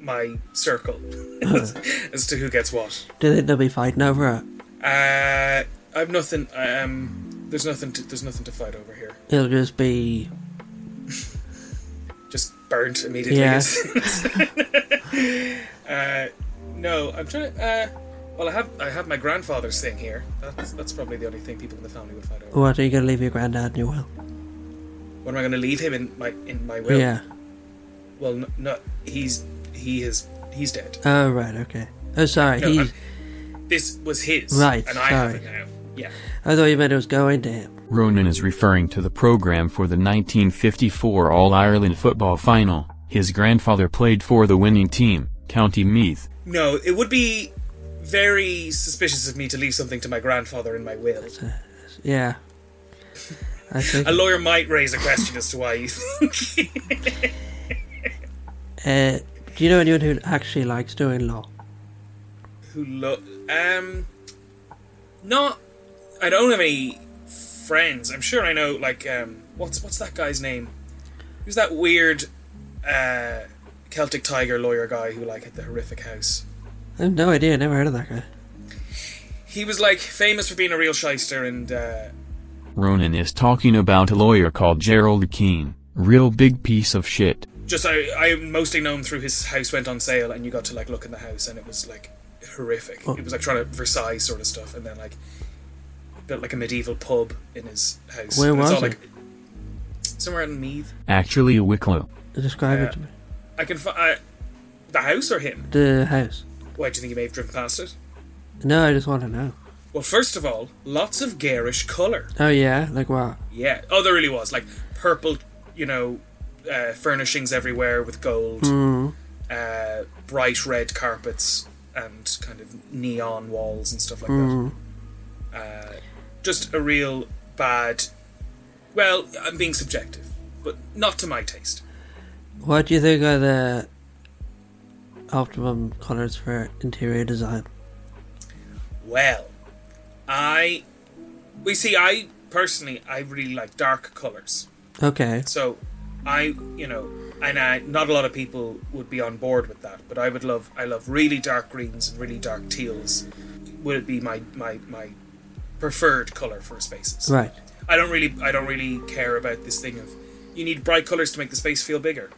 S4: my circle as to who gets what.
S3: Do you think they'll be fighting over it?
S4: Uh, I've nothing. Um, there's nothing. To, there's nothing to fight over here.
S3: It'll just be.
S4: Just burnt immediately.
S3: Yeah.
S4: uh, no, I'm trying. To, uh, well, I have. I have my grandfather's thing here. That's that's probably the only thing people in the family would fight over.
S3: What are you gonna leave your granddad in your will?
S4: What am I going to leave him in my in my will?
S3: Yeah.
S4: Well, no, no he's he is he's dead.
S3: Oh right, okay. Oh sorry,
S4: No,
S3: he.
S4: I'm- This was his.
S3: Right,
S4: And I have it now. Yeah.
S3: I thought you meant it was going to him.
S1: Ronan is referring to the program for the 1954 All Ireland football final. His grandfather played for the winning team, County Meath.
S4: No, it would be very suspicious of me to leave something to my grandfather in my will.
S3: Yeah. I think.
S4: A lawyer might raise a question as to why you think.
S3: Uh, do you know anyone who actually likes doing law?
S4: Who lo- um not I don't have any friends. I'm sure I know like um what's what's that guy's name? Who's that weird uh Celtic tiger lawyer guy who like had the horrific house?
S3: I have no idea. Never heard of that guy.
S4: He was like famous for being a real shyster and uh
S1: Ronan is talking about a lawyer called Gerald Keane, real big piece of shit.
S4: just I, I mostly know him through his house went on sale and you got to like look in the house and it was like horrific.
S3: Oh.
S4: It was like trying to Versailles sort of stuff and then like built like a medieval pub in his house.
S3: Where
S4: And it's
S3: was
S4: all,
S3: it?
S4: like somewhere in Meath.
S1: Actually Wicklow.
S3: Describe
S4: Yeah.
S3: it to me.
S4: I can find the house or him.
S3: The house.
S4: Why do you think he may have driven past it?
S3: No, I just want to know.
S4: Well, first of all, lots of garish color.
S3: Oh yeah, like what?
S4: Yeah. Oh, there really was like purple, you know, uh, furnishings everywhere with gold, uh, bright red carpets, and kind of neon walls and stuff like that. Uh, just a real bad. Well, I'm being subjective, but not to my taste.
S3: What do you think are the optimum colors for interior design?
S4: Well, I. We see, I personally, I really like dark colours.
S3: Okay.
S4: So, I, you know, and I, not a lot of people would be on board with that, but I would love, I love really dark greens and really dark teals. Would it be my my my preferred color for spaces?
S3: Right.
S4: I don't really, I don't really care about this thing of you need bright colors to make the space feel bigger.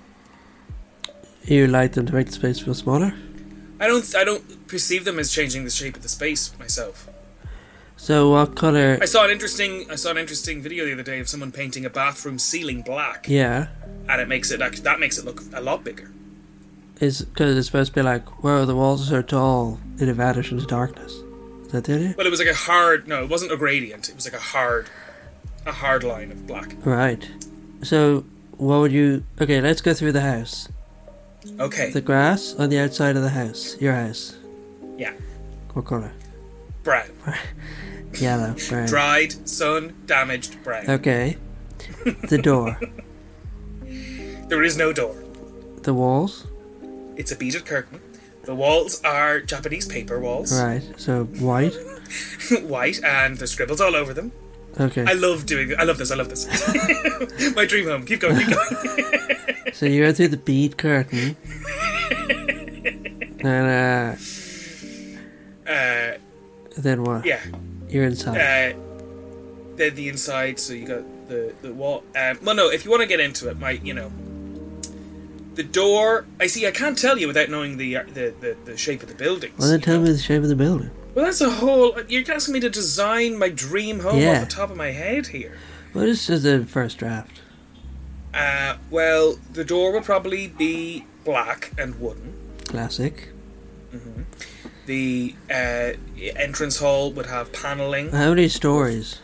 S3: You like them to make the space feel smaller.
S4: I don't, I don't perceive them as changing the shape of the space myself.
S3: So what color?
S4: I saw an interesting, I saw an interesting video the other day of someone painting a bathroom ceiling black,
S3: Yeah.
S4: and it makes it like that makes it look a lot bigger.
S3: Is because it's supposed to be like, whoa, the walls are so tall, it vanishes into darkness. Is that the idea?
S4: Well, it was like a hard. No, it wasn't a gradient. It was like a hard, a hard line of black.
S3: Right. So what would you? Okay, let's go through the house.
S4: Okay.
S3: The grass on the outside of the house. Your house.
S4: yeah.
S3: What color?
S4: Brown.
S3: Yellow. Brown.
S4: Dried, sun damaged brown.
S3: Okay. The door.
S4: There is no door.
S3: the walls.
S4: It's a beaded curtain. The walls are Japanese paper walls,
S3: Right. So white.
S4: white, and there's scribbles all over them.
S3: Okay.
S4: I love doing. I love this. I love this. My dream home. Keep going. Keep going.
S3: So you go through the bead curtain. and uh,
S4: Uh,
S3: then what?
S4: yeah.
S3: You're inside.
S4: Uh, then the inside, so you got the the wall. Um, well, no, if you want to get into it, my you know, The door. I see. I can't tell you without knowing the uh, the, the, the shape of the buildings.
S3: Well, then
S4: you
S3: tell
S4: know.
S3: me the shape of the building.
S4: Well, that's a whole. You're asking me to design my dream home
S3: Yeah.
S4: off the top of my head here.
S3: Well, this is the first draft.
S4: Uh, well, the door will probably be black and wooden.
S3: Classic.
S4: The uh, entrance hall would have paneling.
S3: How many stories?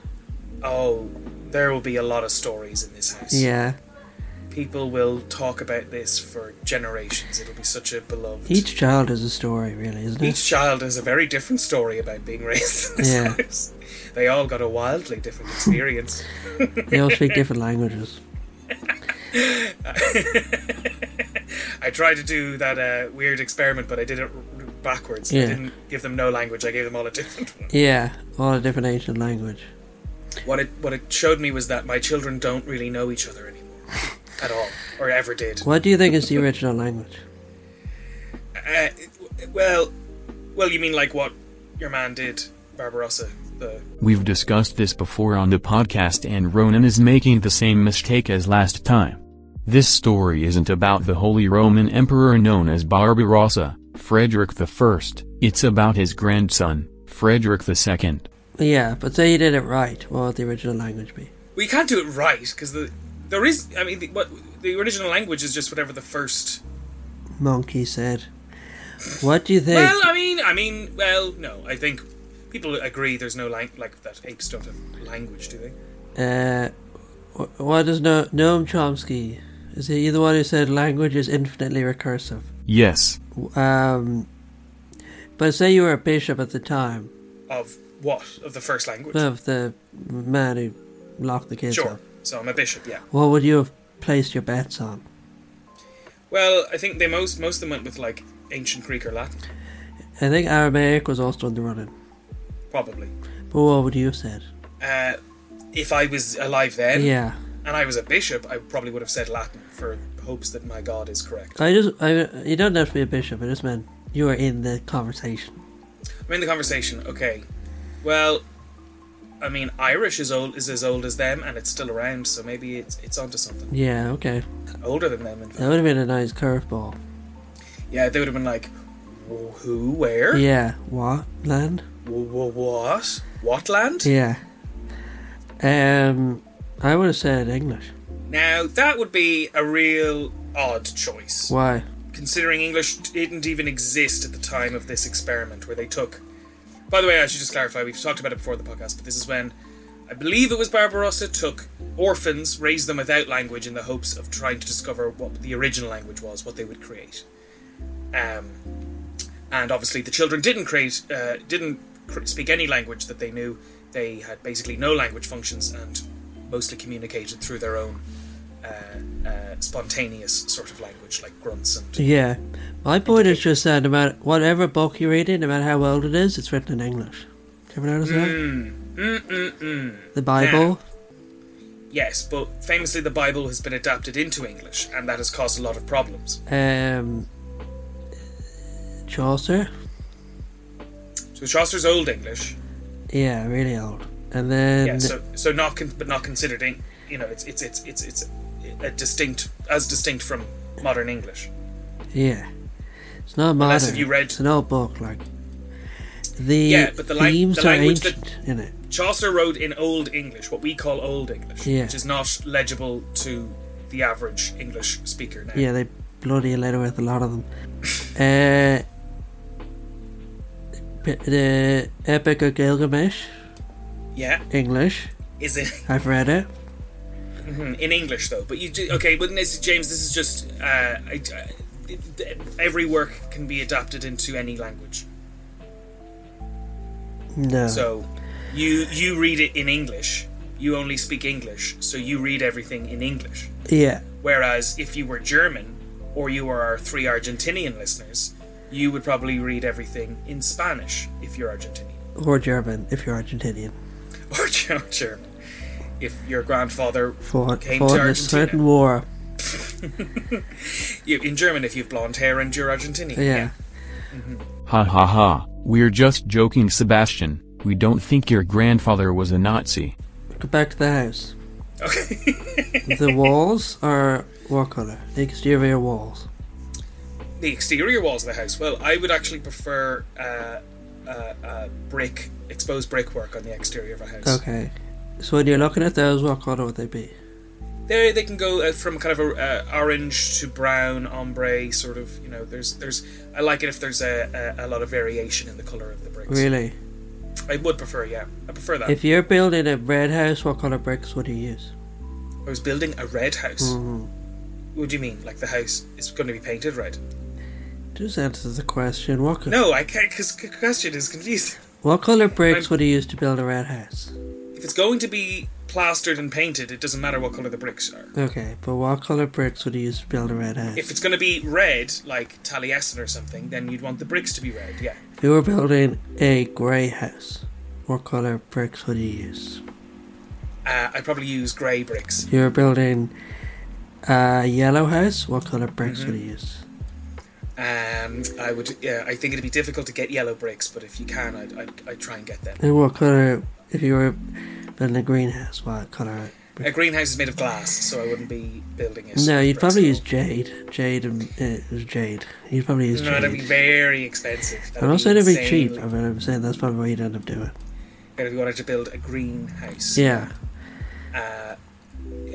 S4: Oh, there will be a lot of stories in this house.
S3: Yeah.
S4: People will talk about this for generations. It'll be such a beloved.
S3: Each child has a story, really, isn't it?
S4: Each child has a very different story about being raised in this
S3: Yeah.
S4: house. They all got a wildly different experience.
S3: They all speak different languages.
S4: I tried to do that uh, weird experiment, but I did it r- r- backwards. I
S3: Yeah.
S4: didn't give them no language. I gave them all a different one.
S3: Yeah, all a different ancient language.
S4: What it what it showed me was that my children don't really know each other anymore, at all, or ever did.
S3: What do you think is the original language?
S4: Uh, well, well, you mean like what your man did, Barbarossa? The
S1: We've discussed this before on the podcast, and Ronan is making the same mistake as last time. This story isn't about the Holy Roman Emperor known as Barbarossa, Frederick I, it's about his grandson, Frederick II.
S3: Yeah, but say you did it right. What would the original language be?
S4: we can't do it right because the there is. I mean, the, what the original language is just whatever the first.
S3: Monkey said. What do you think?
S4: Well, I mean, I mean, well, no, I think people agree there's no lang- like that apes don't have language, do they?
S3: Uh, wh- what is no- Noam Chomsky? Is he the one who said language is infinitely recursive?
S1: Yes,
S3: Um, but say you were a bishop at the time
S4: Of what of the first language?
S3: of the man who locked the kids
S4: sure.
S3: up.
S4: So I'm a bishop, yeah.
S3: What would you have placed your bets on?
S4: Well, I think they most most of them went with like ancient Greek or Latin,
S3: I think Aramaic was also in the running.
S4: probably.
S3: But what would you have said?
S4: Uh, if I was alive then,
S3: Yeah,
S4: and I was a bishop, I probably would have said Latin for hopes that my God is correct.
S3: I just I you don't have to be a bishop. I just meant you were in the conversation.
S4: I'm in the conversation. Okay, well, I mean, Irish is old is as old as them, and it's still around, so maybe it's it's onto something
S3: Yeah, okay,
S4: older than them. In fact.
S3: that would have been a nice curveball.
S4: Yeah, they would have been like, "Wh- who, where,
S3: Yeah, what land?
S4: Wh- wh- what, what land?
S3: Yeah. Um, I would have said English.
S4: Now that would be a real odd choice.
S3: Why?
S4: considering English didn't even exist at the time of this experiment where they took. By the way, I should just clarify, we've talked about it before the podcast, but this is when I believe it was Barbarossa took orphans, raised them without language in the hopes of trying to discover what the original language was, what they would create. Um, and obviously, the children didn't create, uh, didn't cr- speak any language that they knew. They had basically no language functions and mostly communicated through their own uh, uh, spontaneous sort of language, like grunts and
S3: Yeah. My point is just that no matter whatever book you read in, no matter how old it is, it's written in English. Ever notice
S4: Mm.
S3: that? The Bible.
S4: Yes, but famously the Bible has been adapted into English, and that has caused a lot of problems.
S3: Um, Chaucer.
S4: So Chaucer's Old English,
S3: Yeah, really old. And then
S4: yeah, so so not con- but not considered, Eng- you know, it's it's it's it's it's a distinct as distinct from modern English.
S3: yeah. it's not modern.
S4: Unless if you read-
S3: it's an old book, like the
S4: Yeah, but the lang-
S3: themes
S4: the
S3: are
S4: language that-
S3: ancient in it.
S4: Chaucer wrote in Old English, what we call Old English,
S3: Yeah.
S4: which is not legible to the average English speaker now.
S3: Yeah, they bloody let with a lot of them. Uh, p- the Epic of Gilgamesh,
S4: Yeah,
S3: English.
S4: is it
S3: I've read it.
S4: Mhm, in English though? But you do, okay? But this, James, this is just uh, I, I- th- th- every work can be adapted into any language.
S3: No.
S4: So you you read it in English. You only speak English, so you read everything in English.
S3: yeah,
S4: Whereas if you were German or you were our three Argentinian listeners, you would probably read everything in Spanish if you're Argentinian
S3: or German if you're Argentinian.
S4: or Ger- German. If your grandfather
S3: Fought,
S4: came
S3: fought
S4: to
S3: in a certain
S4: Argentina,
S3: war.
S4: you, in German, if you've blonde hair and you're Argentinian,
S3: Yeah.
S1: Ha ha ha, we're just joking, Sebastian, we don't think your grandfather was a Nazi.
S3: Go back to the house.
S4: Okay.
S3: the walls are what color? The exterior walls.
S4: the exterior walls of the house. Well, I would actually prefer uh, uh, uh, brick, exposed brickwork on the exterior of a house.
S3: Okay. So when you're looking at those, what color would they be?
S4: There, they can go uh, from kind of a uh, orange to brown ombre sort of. You know, there's there's. I like it if there's a, a, a lot of variation in the color of the bricks.
S3: Really?
S4: I would prefer, yeah, I prefer that.
S3: If you're building a red house, what color bricks would you use?
S4: I was building a red house.
S3: Mhm.
S4: What do you mean? Like the house is going to be painted red?
S3: Just answer the question. What, co-
S4: No, I can't. Because the question is confusing.
S3: what color bricks
S4: I'm-
S3: would you use to build a red house?
S4: If it's going to be plastered and painted, it doesn't matter what color the bricks are.
S3: Okay, but what color bricks would you use to build a red house?
S4: If it's going to be red, like Taliesin or something, then you'd want the bricks to be red. Yeah.
S3: If you were building a grey house, what color bricks would you use?
S4: Uh, I'd probably use grey bricks.
S3: If you were building a yellow house, what color bricks
S4: Mm-hmm.
S3: would you use?
S4: Um, I would. Yeah, I think it'd be difficult to get yellow bricks, but if you can, I'd, I'd, I'd try and get them.
S3: And what color, if you were building a greenhouse, what color?
S4: A greenhouse is made of glass, so I wouldn't be building it.
S3: No, you'd
S4: bricks
S3: probably
S4: at
S3: use
S4: all.
S3: jade. Jade and uh, it was jade. You'd probably use
S4: No,
S3: jade.
S4: that'd be very expensive. That'd
S3: I'm not saying it'd be cheap. I
S4: insanely-
S3: mean, I'm saying that's probably what you'd end up doing.
S4: If you wanted to build a greenhouse,
S3: Yeah.
S4: uh, a,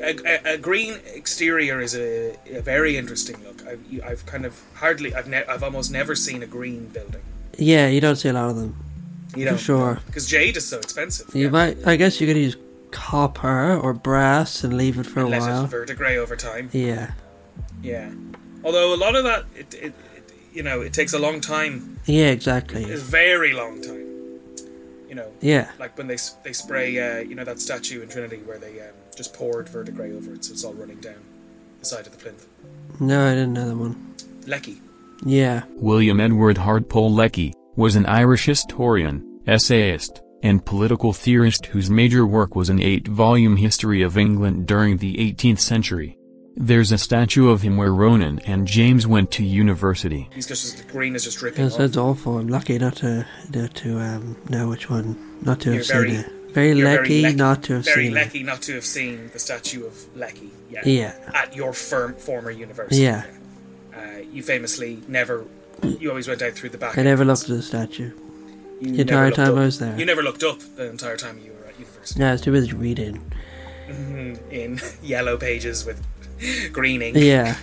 S4: a, a green exterior is a, a very interesting look. I, you, I've kind of hardly, I've, ne- I've almost never seen a green building.
S3: Yeah, you don't see a lot of them.
S4: You
S3: For
S4: know,
S3: sure.
S4: because jade is so expensive.
S3: You
S4: yeah.
S3: might, I guess you could use copper or brass and leave it for a
S4: let it
S3: while.
S4: verdigray over time.
S3: Yeah.
S4: Yeah. Although a lot of that, it, it, it, you know, it takes a long time.
S3: Yeah, exactly.
S4: It's a very long time. You know,
S3: Yeah.
S4: like when they s- they spray, uh, you know, that statue in Trinity where they um, just poured verdigray over it, so it's all running down the side of the plinth.
S3: No, I didn't know that one.
S4: Lecky.
S3: Yeah.
S1: William Edward Hartpole Lecky, was an Irish historian, essayist, and political theorist whose major work was an eight-volume history of England during the 18th century. There's a statue of him where Ronan and James went to university.
S4: He's just the green is just dripping.
S3: That
S4: off.
S3: sounds awful. I'm lucky not to not to um, know which one, not to
S4: You're
S3: have seen
S4: very-
S3: it. Very
S4: You're
S3: lucky
S4: lecky-
S3: not to have
S4: very
S3: seen it.
S4: lucky not to have seen the statue of Lecky. Yeah.
S3: Yeah.
S4: At your firm former university.
S3: Yeah.
S4: Uh, you famously never. You always went out through the back.
S3: I never
S4: entrance.
S3: looked at the statue.
S4: You
S3: The entire
S4: never looked
S3: time
S4: up.
S3: I was there.
S4: You never looked up the entire time you were at university.
S3: No, I was too busy reading.
S4: Mhm, In yellow pages with green ink.
S3: Yeah.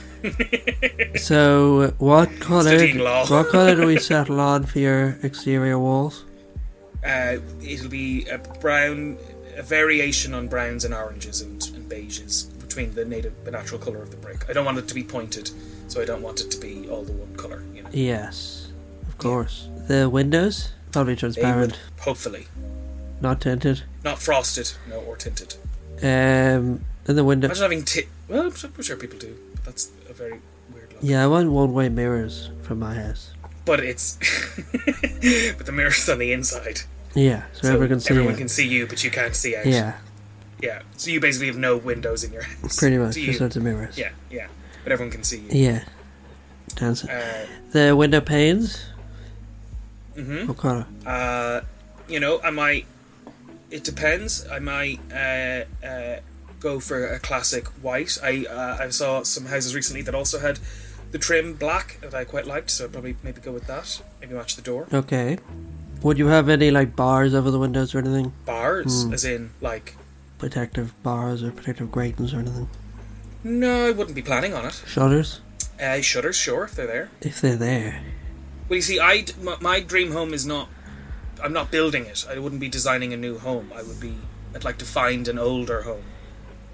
S3: so, what color?
S4: Studying law.
S3: What color do we settle on for your exterior walls?
S4: Uh, it'll be a brown, a variation on browns and oranges and, and beiges between the native, the natural color of the brick. I don't want it to be pointed, so I don't want it to be all the one color. You know,
S3: Yes, of course. The windows probably
S4: They would-
S3: transparent,
S4: hopefully
S3: not tinted.
S4: not frosted, no, or tinted.
S3: Um, and the window.
S4: Imagine having tint. Well, I'm sure people do, but that's a very weird look.
S3: Yeah, I want one-way mirrors for my house.
S4: But it's, but the mirror's on the inside,
S3: Yeah, so, everyone can see
S4: everyone
S3: it.
S4: can see you, but you can't see out.
S3: Yeah,
S4: Yeah. So you basically have no windows in your house.
S3: pretty much.
S4: Do you-
S3: There's lots of mirrors.
S4: Yeah, yeah. But everyone can see you.
S3: Yeah. Dancing.
S4: Uh,
S3: The window panes. Oh,
S4: Mhm.
S3: What color?
S4: uh, you know, I might. It depends. I might uh, uh, go for a classic white. I uh, I saw some houses recently that also had the trim black that I quite liked, so I'd probably maybe go with that. Maybe match the door
S3: Okay. Would you have any like bars over the windows or anything? Hmm.
S4: bars, as in like.
S3: Protective bars or protective gratings or anything?
S4: No, I wouldn't be planning on it.
S3: Shutters,
S4: Uh, shutters, sure, if they're there.
S3: if they're there.
S4: Well, you see, I my, my dream home is not. I'm not building it. I wouldn't be designing a new home. I would be. I'd like to find an older home,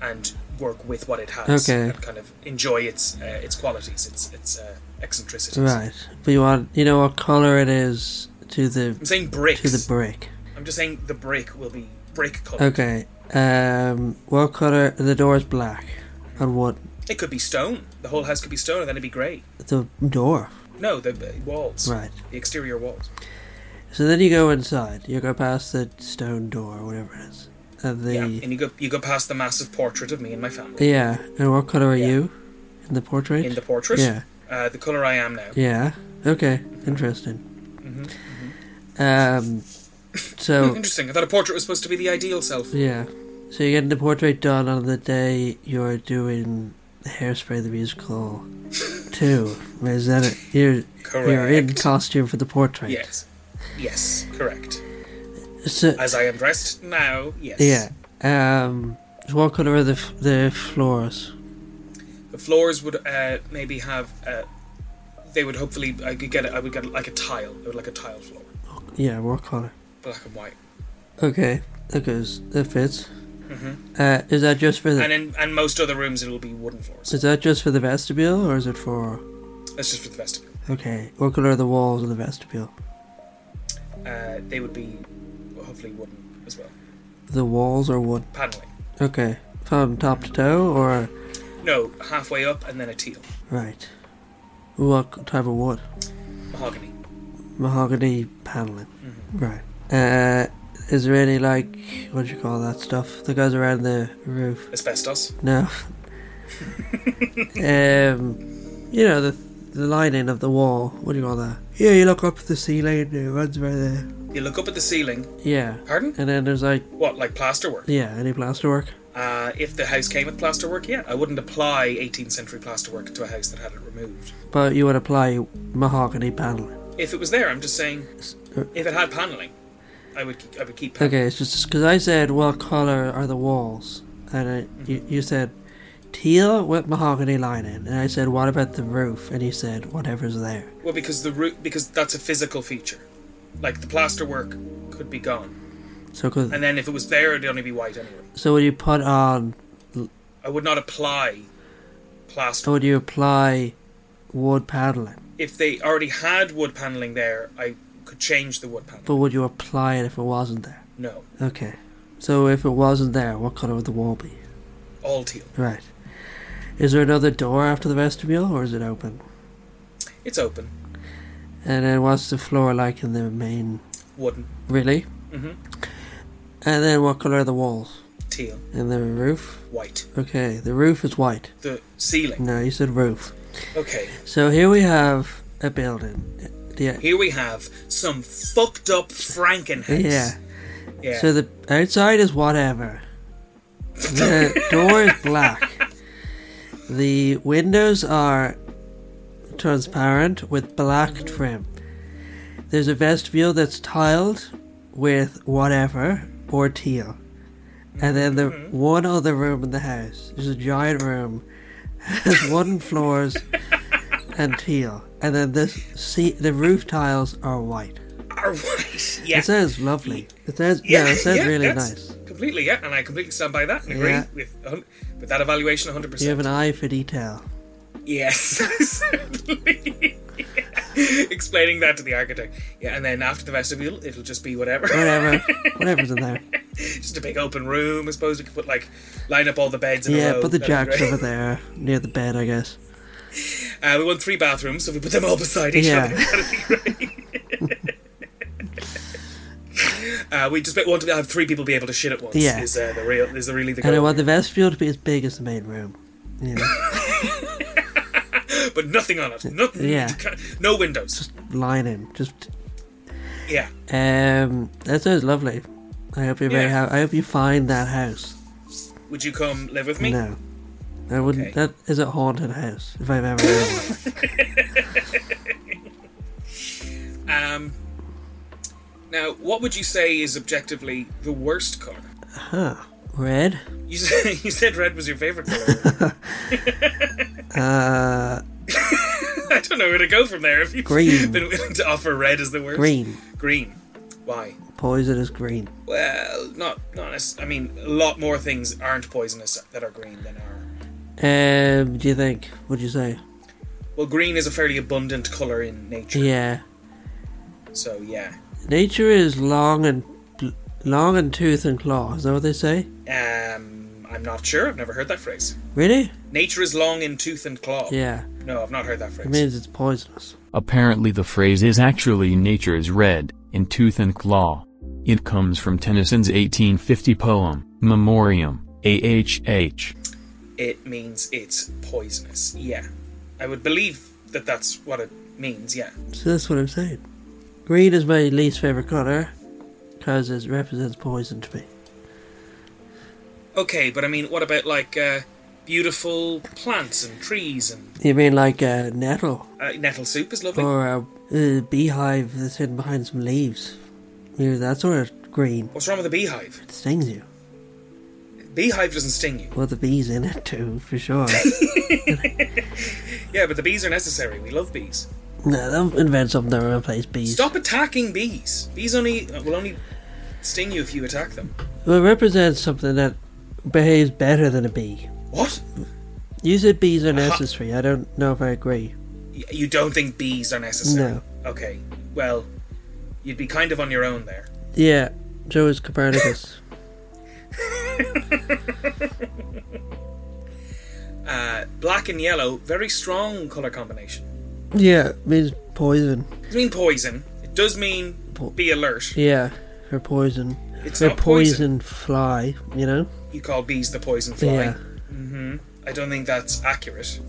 S4: and work with what it has,
S3: Okay.
S4: and kind of enjoy its uh, its qualities, its its uh, eccentricities.
S3: Right. But you want you know what color it is to
S4: I'm
S3: the
S4: saying bricks.
S3: to the brick.
S4: I'm just saying the brick will be brick color.
S3: Okay. Um. What color? The door is black. And what?
S4: It could be stone. The whole house could be stone, and then it'd be grey.
S3: The door.
S4: No, the uh, walls,
S3: Right.
S4: the exterior walls.
S3: So then you go inside. You go past the stone door, or whatever it is. And the
S4: Yeah, and you go you go past the massive portrait of me and my family
S3: Yeah, and what color are
S4: Yeah.
S3: you in the portrait?
S4: in the portrait.
S3: Yeah,
S4: Uh, the color I am now.
S3: yeah. Okay, interesting.
S4: hmm
S3: Um, so
S4: mm-hmm. Interesting. I thought a portrait was supposed to be the ideal self.
S3: yeah, So you're getting the portrait done on the day you're doing Hairspray the musical, too. Is that it? You're you're in
S4: Correct.
S3: costume for the portrait.
S4: Yes. Yes, correct.
S3: So
S4: As I am dressed now, yes.
S3: yeah. Um. so What color are the f- the floors?
S4: The floors would uh, maybe have. Uh, they would hopefully. I could get. A, I would get like a tile. I would like a tile floor,
S3: Yeah, what color?
S4: black and white.
S3: Okay, that goes. That fits. Uh, is that just for the?
S4: Mm-hmm. And in and most other rooms, it will be wooden floors.
S3: Is that just for the vestibule, or is it for?
S4: That's just for the vestibule.
S3: Okay, what color are the walls of the vestibule?
S4: Uh, they would be hopefully wooden as well.
S3: The walls are wood.
S4: Paneling.
S3: Okay, from top to toe, or
S4: No, halfway up and then a teal
S3: right. What type of wood?
S4: mahogany.
S3: Mahogany paneling. Right. Uh, is there any like what do you call that stuff that goes around the roof?
S4: Asbestos.
S3: No. um, you know the the lining of the wall. What do you call that? Yeah, you look up at the ceiling. It runs right there.
S4: You look up at the ceiling.
S3: Yeah.
S4: Pardon?
S3: And then there's like
S4: What, like plasterwork?
S3: yeah, any plasterwork?
S4: Uh, if the house came with plasterwork, yeah, I wouldn't apply 18th century plasterwork to a house that had it removed.
S3: But you would apply mahogany paneling. uh,
S4: If it was there, I'm just saying, if it had paneling, I would I would keep paneling.
S3: Okay, it's just because I said what color are the walls, and I, you, you said teal with mahogany lining, and I said what about the roof, and you said whatever's there.
S4: Well, because the root because that's a physical feature. Like the plasterwork could be gone,
S3: So could
S4: and then if it was there, it'd only be white anyway.
S3: so would you put on?
S4: I would not apply plaster.
S3: Would you apply wood paneling?
S4: If they already had wood paneling there, I could change the wood panel.
S3: But would you apply it if it wasn't there?
S4: No,
S3: Okay. So if it wasn't there, what color would the wall be?
S4: all teal.
S3: Right. Is there another door after the vestibule, or is it open?
S4: It's open,
S3: And then what's the floor like in the main?
S4: wooden,
S3: Really?
S4: Mhm.
S3: And then what color are the walls?
S4: teal,
S3: And the roof?
S4: white.
S3: Okay, the roof is white.
S4: The ceiling.
S3: No, you said roof.
S4: Okay,
S3: So here we have a building. Yeah.
S4: here we have some fucked up Frankenhouse.
S3: Yeah.
S4: yeah.
S3: So the outside is whatever. The door is black. The windows are transparent with black trim. There's a vestibule that's tiled with whatever or teal. And then the
S4: Mm-hmm.
S3: one other room in the house is a giant room, has wooden floors and teal. And then this see the roof tiles are white.
S4: Are white. Yeah.
S3: It sounds lovely. It sounds yeah,
S4: Yeah,
S3: it sounds
S4: yeah,
S3: really
S4: that's-
S3: nice.
S4: Completely, yeah, and I completely stand by that and agree
S3: Yeah.
S4: with a hun- with that evaluation 100%.
S3: You have an eye for detail.
S4: Yes, certainly. Explaining that to the architect. Yeah, and then after the vestibule, it'll just be whatever.
S3: Whatever, whatever's in there.
S4: just a big open room. I suppose we could put like line up all the beds. In a
S3: Yeah,
S4: row.
S3: put the
S4: That'd be
S3: jacks
S4: great.
S3: over there near the bed, I guess.
S4: Uh, we want three bathrooms, so if we put them all beside each
S3: Yeah.
S4: other. That'd be great. uh, we just be- want to have three people be able to shit at once.
S3: Yeah.
S4: is uh, the real is the really the
S3: And I
S4: goal.
S3: want the vestibule to be as big as the main room. You know,
S4: But nothing on it. Nothing.
S3: Yeah.
S4: you can't- No windows.
S3: just lining. Just
S4: Yeah.
S3: um, that sounds lovely. I hope you're very
S4: Yeah.
S3: happy. I hope you find that house.
S4: Would you come live with me?
S3: No, I wouldn't.
S4: Okay.
S3: That is a haunted house. If I've ever heard of one.
S4: Um, now, what would you say is objectively the worst color?
S3: Red.
S4: You said, you said red was your favorite color.
S3: Uh,
S4: I don't know where to go from there. If you've
S3: Green.
S4: been willing to offer red as the worst,
S3: green.
S4: Green. Why?
S3: Poisonous green.
S4: Well, not not. As, I mean, a lot more things aren't poisonous that are green than are.
S3: Um, do you think? Would you say?
S4: Well, green is a fairly abundant color in nature.
S3: Yeah.
S4: So yeah.
S3: Nature is long and long and tooth and claw. Is that what they say?
S4: Um, I'm not sure. I've never heard that phrase.
S3: Really?
S4: Nature is long in tooth and claw.
S3: Yeah.
S4: No, I've not heard that phrase.
S3: It means it's poisonous.
S1: Apparently, the phrase is actually nature's red, in tooth and claw. It comes from Tennyson's 1850 poem, Memoriam, AHH.
S4: it means it's poisonous. Yeah. I would believe that that's what it means, yeah.
S3: So that's what I'm saying. Green is my least favorite color because it represents poison to me.
S4: Okay, but I mean, what about like uh, beautiful plants and trees and
S3: You mean like a nettle
S4: uh, nettle soup is lovely.
S3: or a, uh beehive that's hidden behind some leaves? You know, that sort of green
S4: What's wrong with a beehive?
S3: it stings you.
S4: Beehive doesn't sting you.
S3: Well, the bees in it too, for sure.
S4: Yeah, but the bees are necessary. We love bees.
S3: no, they'll invent something to replace bees.
S4: Stop attacking bees. Bees only uh, will only sting you if you attack them.
S3: Well, it represents something that behaves better than a bee.
S4: What?
S3: You said bees are necessary. I don't know if I agree.
S4: Y- You don't think bees are necessary? Okay. Well, you'd be kind of on your own there.
S3: Yeah, so is Copernicus.
S4: Uh, black and yellow, very strong color combination.
S3: yeah, means poison.
S4: It does mean poison. It does mean
S3: Po-
S4: be alert.
S3: Yeah, or poison.
S4: It's
S3: Or
S4: not
S3: poison
S4: poison.
S3: fly, you know?
S4: You call bees the poison fly.
S3: Yeah.
S4: hmm I don't think that's accurate.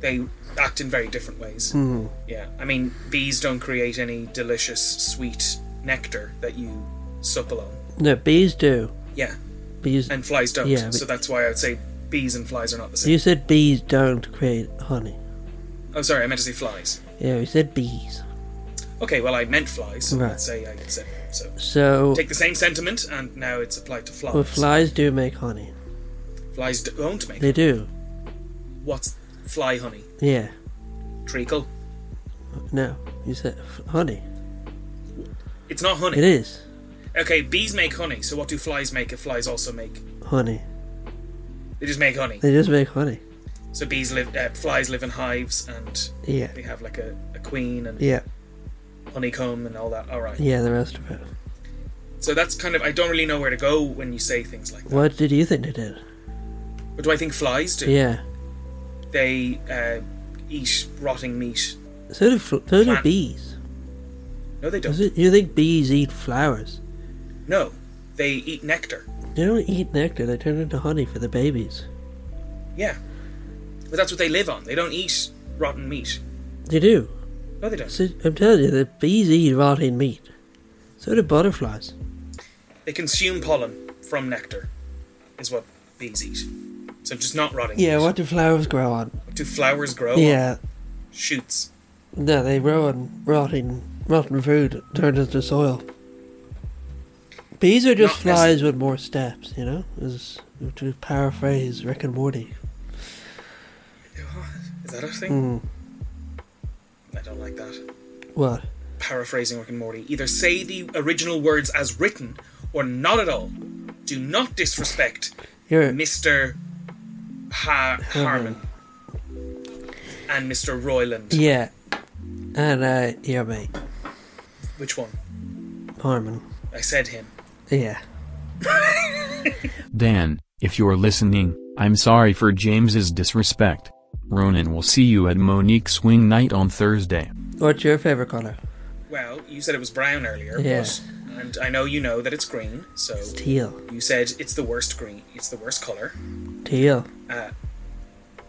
S4: They act in very different ways.
S3: Hmm.
S4: Yeah, I mean, bees don't create any delicious, sweet nectar that you sup alone.
S3: No, bees do.
S4: Yeah,
S3: Bees.
S4: and flies don't.
S3: Yeah, but-
S4: so that's why I'd say bees and flies are not the same.
S3: you said bees don't create honey.
S4: Oh, sorry, I meant to say flies.
S3: Yeah, you said bees.
S4: Okay, well, I meant flies. So
S3: Right.
S4: Let's say I said so.
S3: So,
S4: Take the same sentiment, and now it's applied to flies.
S3: well, flies do make honey.
S4: Flies don't make
S3: They do.
S4: what's fly honey?
S3: Yeah.
S4: Treacle.
S3: No, you said f- honey.
S4: It's not honey.
S3: It is
S4: Okay, bees make honey. So what do flies make? If flies also make,
S3: honey.
S4: they just make honey.
S3: They just make honey.
S4: So bees live, uh, flies live in hives, and
S3: Yeah.
S4: they have like a, a queen and
S3: Yeah.
S4: honeycomb and all that. All right.
S3: Yeah, the rest of it.
S4: So that's kind of I don't really know where to go when you say things like that.
S3: What did you think they did?
S4: But do I think flies do?
S3: Yeah.
S4: They uh, eat rotting meat.
S3: So do, fl- so do
S4: Plant-
S3: bees.
S4: No, they
S3: Is
S4: don't.
S3: it- you think bees eat flowers?
S4: No, they eat nectar.
S3: They don't eat nectar, they turn it into honey for the babies.
S4: Yeah, but that's what they live on. They don't eat rotten meat.
S3: They do.
S4: No, they don't.
S3: So I'm telling you, the bees eat rotting meat. So do butterflies.
S4: They consume pollen from nectar, is what bees eat. So just not rotting.
S3: Yeah,
S4: meat.
S3: what do flowers grow on?
S4: do flowers grow? on?
S3: Yeah.
S4: shoots.
S3: No, they grow on rotting, rotten food turned into soil. Bees are just
S4: Not necess-
S3: flies with more steps, you know? Is to paraphrase Rick and Morty.
S4: Is that a thing?
S3: Hmm.
S4: I don't like that.
S3: What?
S4: Paraphrasing Rick and Morty. Either say the original words as written, or not at all. Do not disrespect
S3: You're
S4: Mr. Ha- Harmon and Mr. Royland.
S3: Yeah. And uh yeah mate.
S4: Which one?
S3: Harmon.
S4: I said him.
S3: Yeah.
S1: Dan, if you're listening, I'm sorry for James's disrespect. Ronan will see you at Monique Swing Night on Thursday.
S3: What's your favorite color?
S4: Well, you said it was brown earlier,
S3: Yeah.
S4: but and I know you know that it's green, so
S3: Teal.
S4: you said it's the worst green. It's the worst color.
S3: Teal.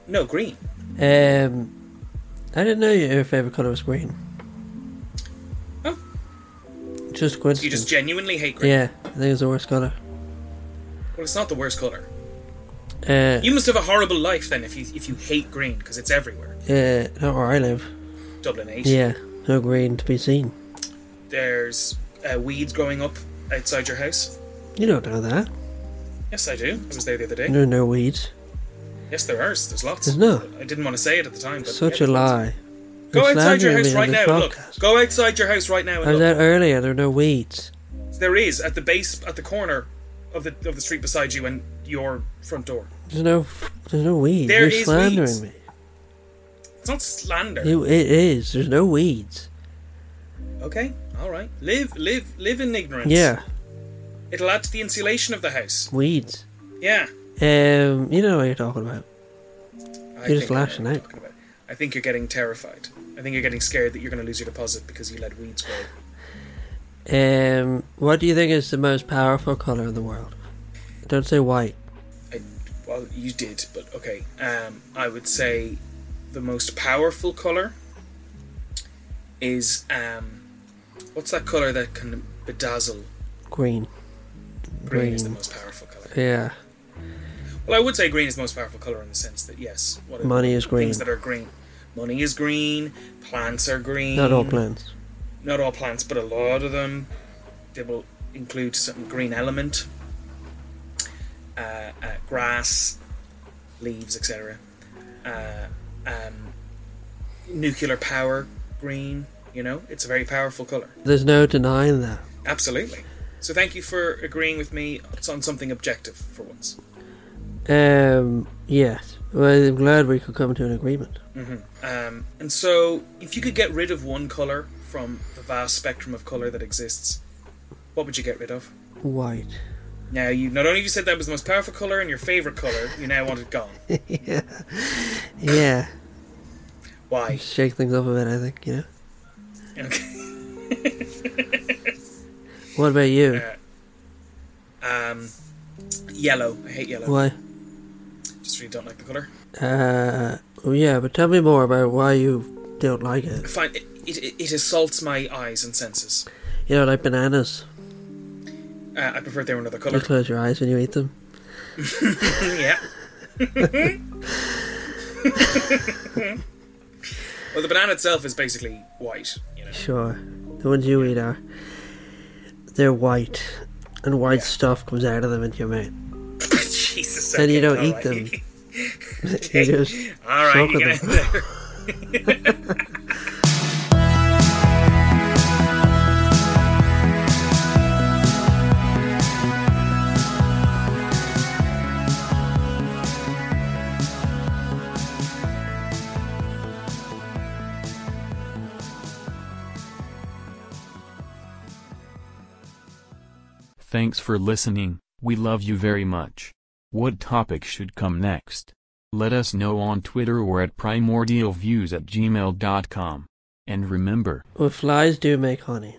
S4: No, green.
S3: Um I didn't know your favorite color was green.
S4: Oh.
S3: Just
S4: You
S3: coincidence.
S4: just genuinely hate green.
S3: Hmm. yeah, I think it's the worst color.
S4: Well, it's not the worst color.
S3: Uh,
S4: You must have a horrible life then if you if you hate green because it's everywhere.
S3: uh, not where I live.
S4: Dublin H.
S3: Yeah, no green to be seen.
S4: There's uh, weeds growing up outside your house.
S3: You don't know that.
S4: Yes, I do. I was there the other day.
S3: You don't know weeds.
S4: Yes, there are. There's lots.
S3: There's no.
S4: I didn't want to say it at the time. But
S3: Such
S4: yeah,
S3: a lie.
S4: Go
S3: You're
S4: outside your
S3: slandering
S4: house
S3: me on
S4: right
S3: this
S4: now and look.
S3: podcast.
S4: Go outside your house right now
S3: I
S4: and
S3: was
S4: look.
S3: out earlier. There are no weeds.
S4: There is at the base, at the corner of the of the street beside you and your front door.
S3: There's no. There's no weeds.
S4: There
S3: You're
S4: is
S3: slandering
S4: weeds.
S3: me.
S4: It's not slander.
S3: It, it is. There's no weeds.
S4: Okay, all right. Live, live, live in ignorance.
S3: Yeah,
S4: It'll add to the insulation of the house.
S3: weeds.
S4: Yeah.
S3: Um, you know what you're talking about.
S4: I
S3: You're just
S4: think I know
S3: lashing
S4: what you're
S3: out.
S4: talking about. I think you're getting terrified. I think you're getting scared that you're going to lose your deposit because you let weeds grow.
S3: Um, what do you think is the most powerful color in the world? Don't say white.
S4: I, well, you did, but okay. Um, I would say the most powerful color is um, what's that color that can bedazzle?
S3: Green.
S4: Green is the
S3: Green.
S4: most powerful color.
S3: Yeah.
S4: Well, I would say green is the most powerful color in the sense that yes, what
S3: Money is green.
S4: Things that are green. Money is green. Plants are green.
S3: Not all plants.
S4: Not all plants, but a lot of them. They will include some green element. Uh, uh, grass, leaves, etc. Uh, um, nuclear power, green. You know, it's a very powerful color.
S3: There's no denying that.
S4: Absolutely. So thank you for agreeing with me on something objective for once.
S3: Um, yes. Well, I'm glad we could come to an agreement.
S4: Um, and so, if you could get rid of one color from the vast spectrum of color that exists, what would you get rid of?
S3: White.
S4: Now, you not only have you said that was the most powerful color and your favorite color, you now want it gone.
S3: yeah. Yeah.
S4: Why?
S3: Shake things up a bit, I think, you know?
S4: Okay.
S3: What about you?
S4: Um, yellow. I hate yellow.
S3: Why?
S4: Just really don't like the color.
S3: Uh, well, yeah, but tell me more about why you don't like
S4: I
S3: it.
S4: find it, it, it assaults my eyes and senses.
S3: You know, like bananas.
S4: Uh, I prefer they were another
S3: You
S4: color.
S3: close your eyes when you eat them.
S4: yeah. well, the banana itself is basically white. You know.
S3: Sure. The ones you eat are. They're white. And white stuff comes out of them into your mouth.
S4: Jesus.
S3: Then you
S4: okay,
S3: don't
S4: all
S3: eat
S4: right.
S3: them. You just
S4: All right,
S3: Soak
S4: you
S3: with
S4: can
S3: them.
S4: end there.
S1: Thanks for listening. We love you very much. What topic should come next? Let us know on Twitter or at primordialviews at gmail.com. And remember,
S3: Well, flies do make honey.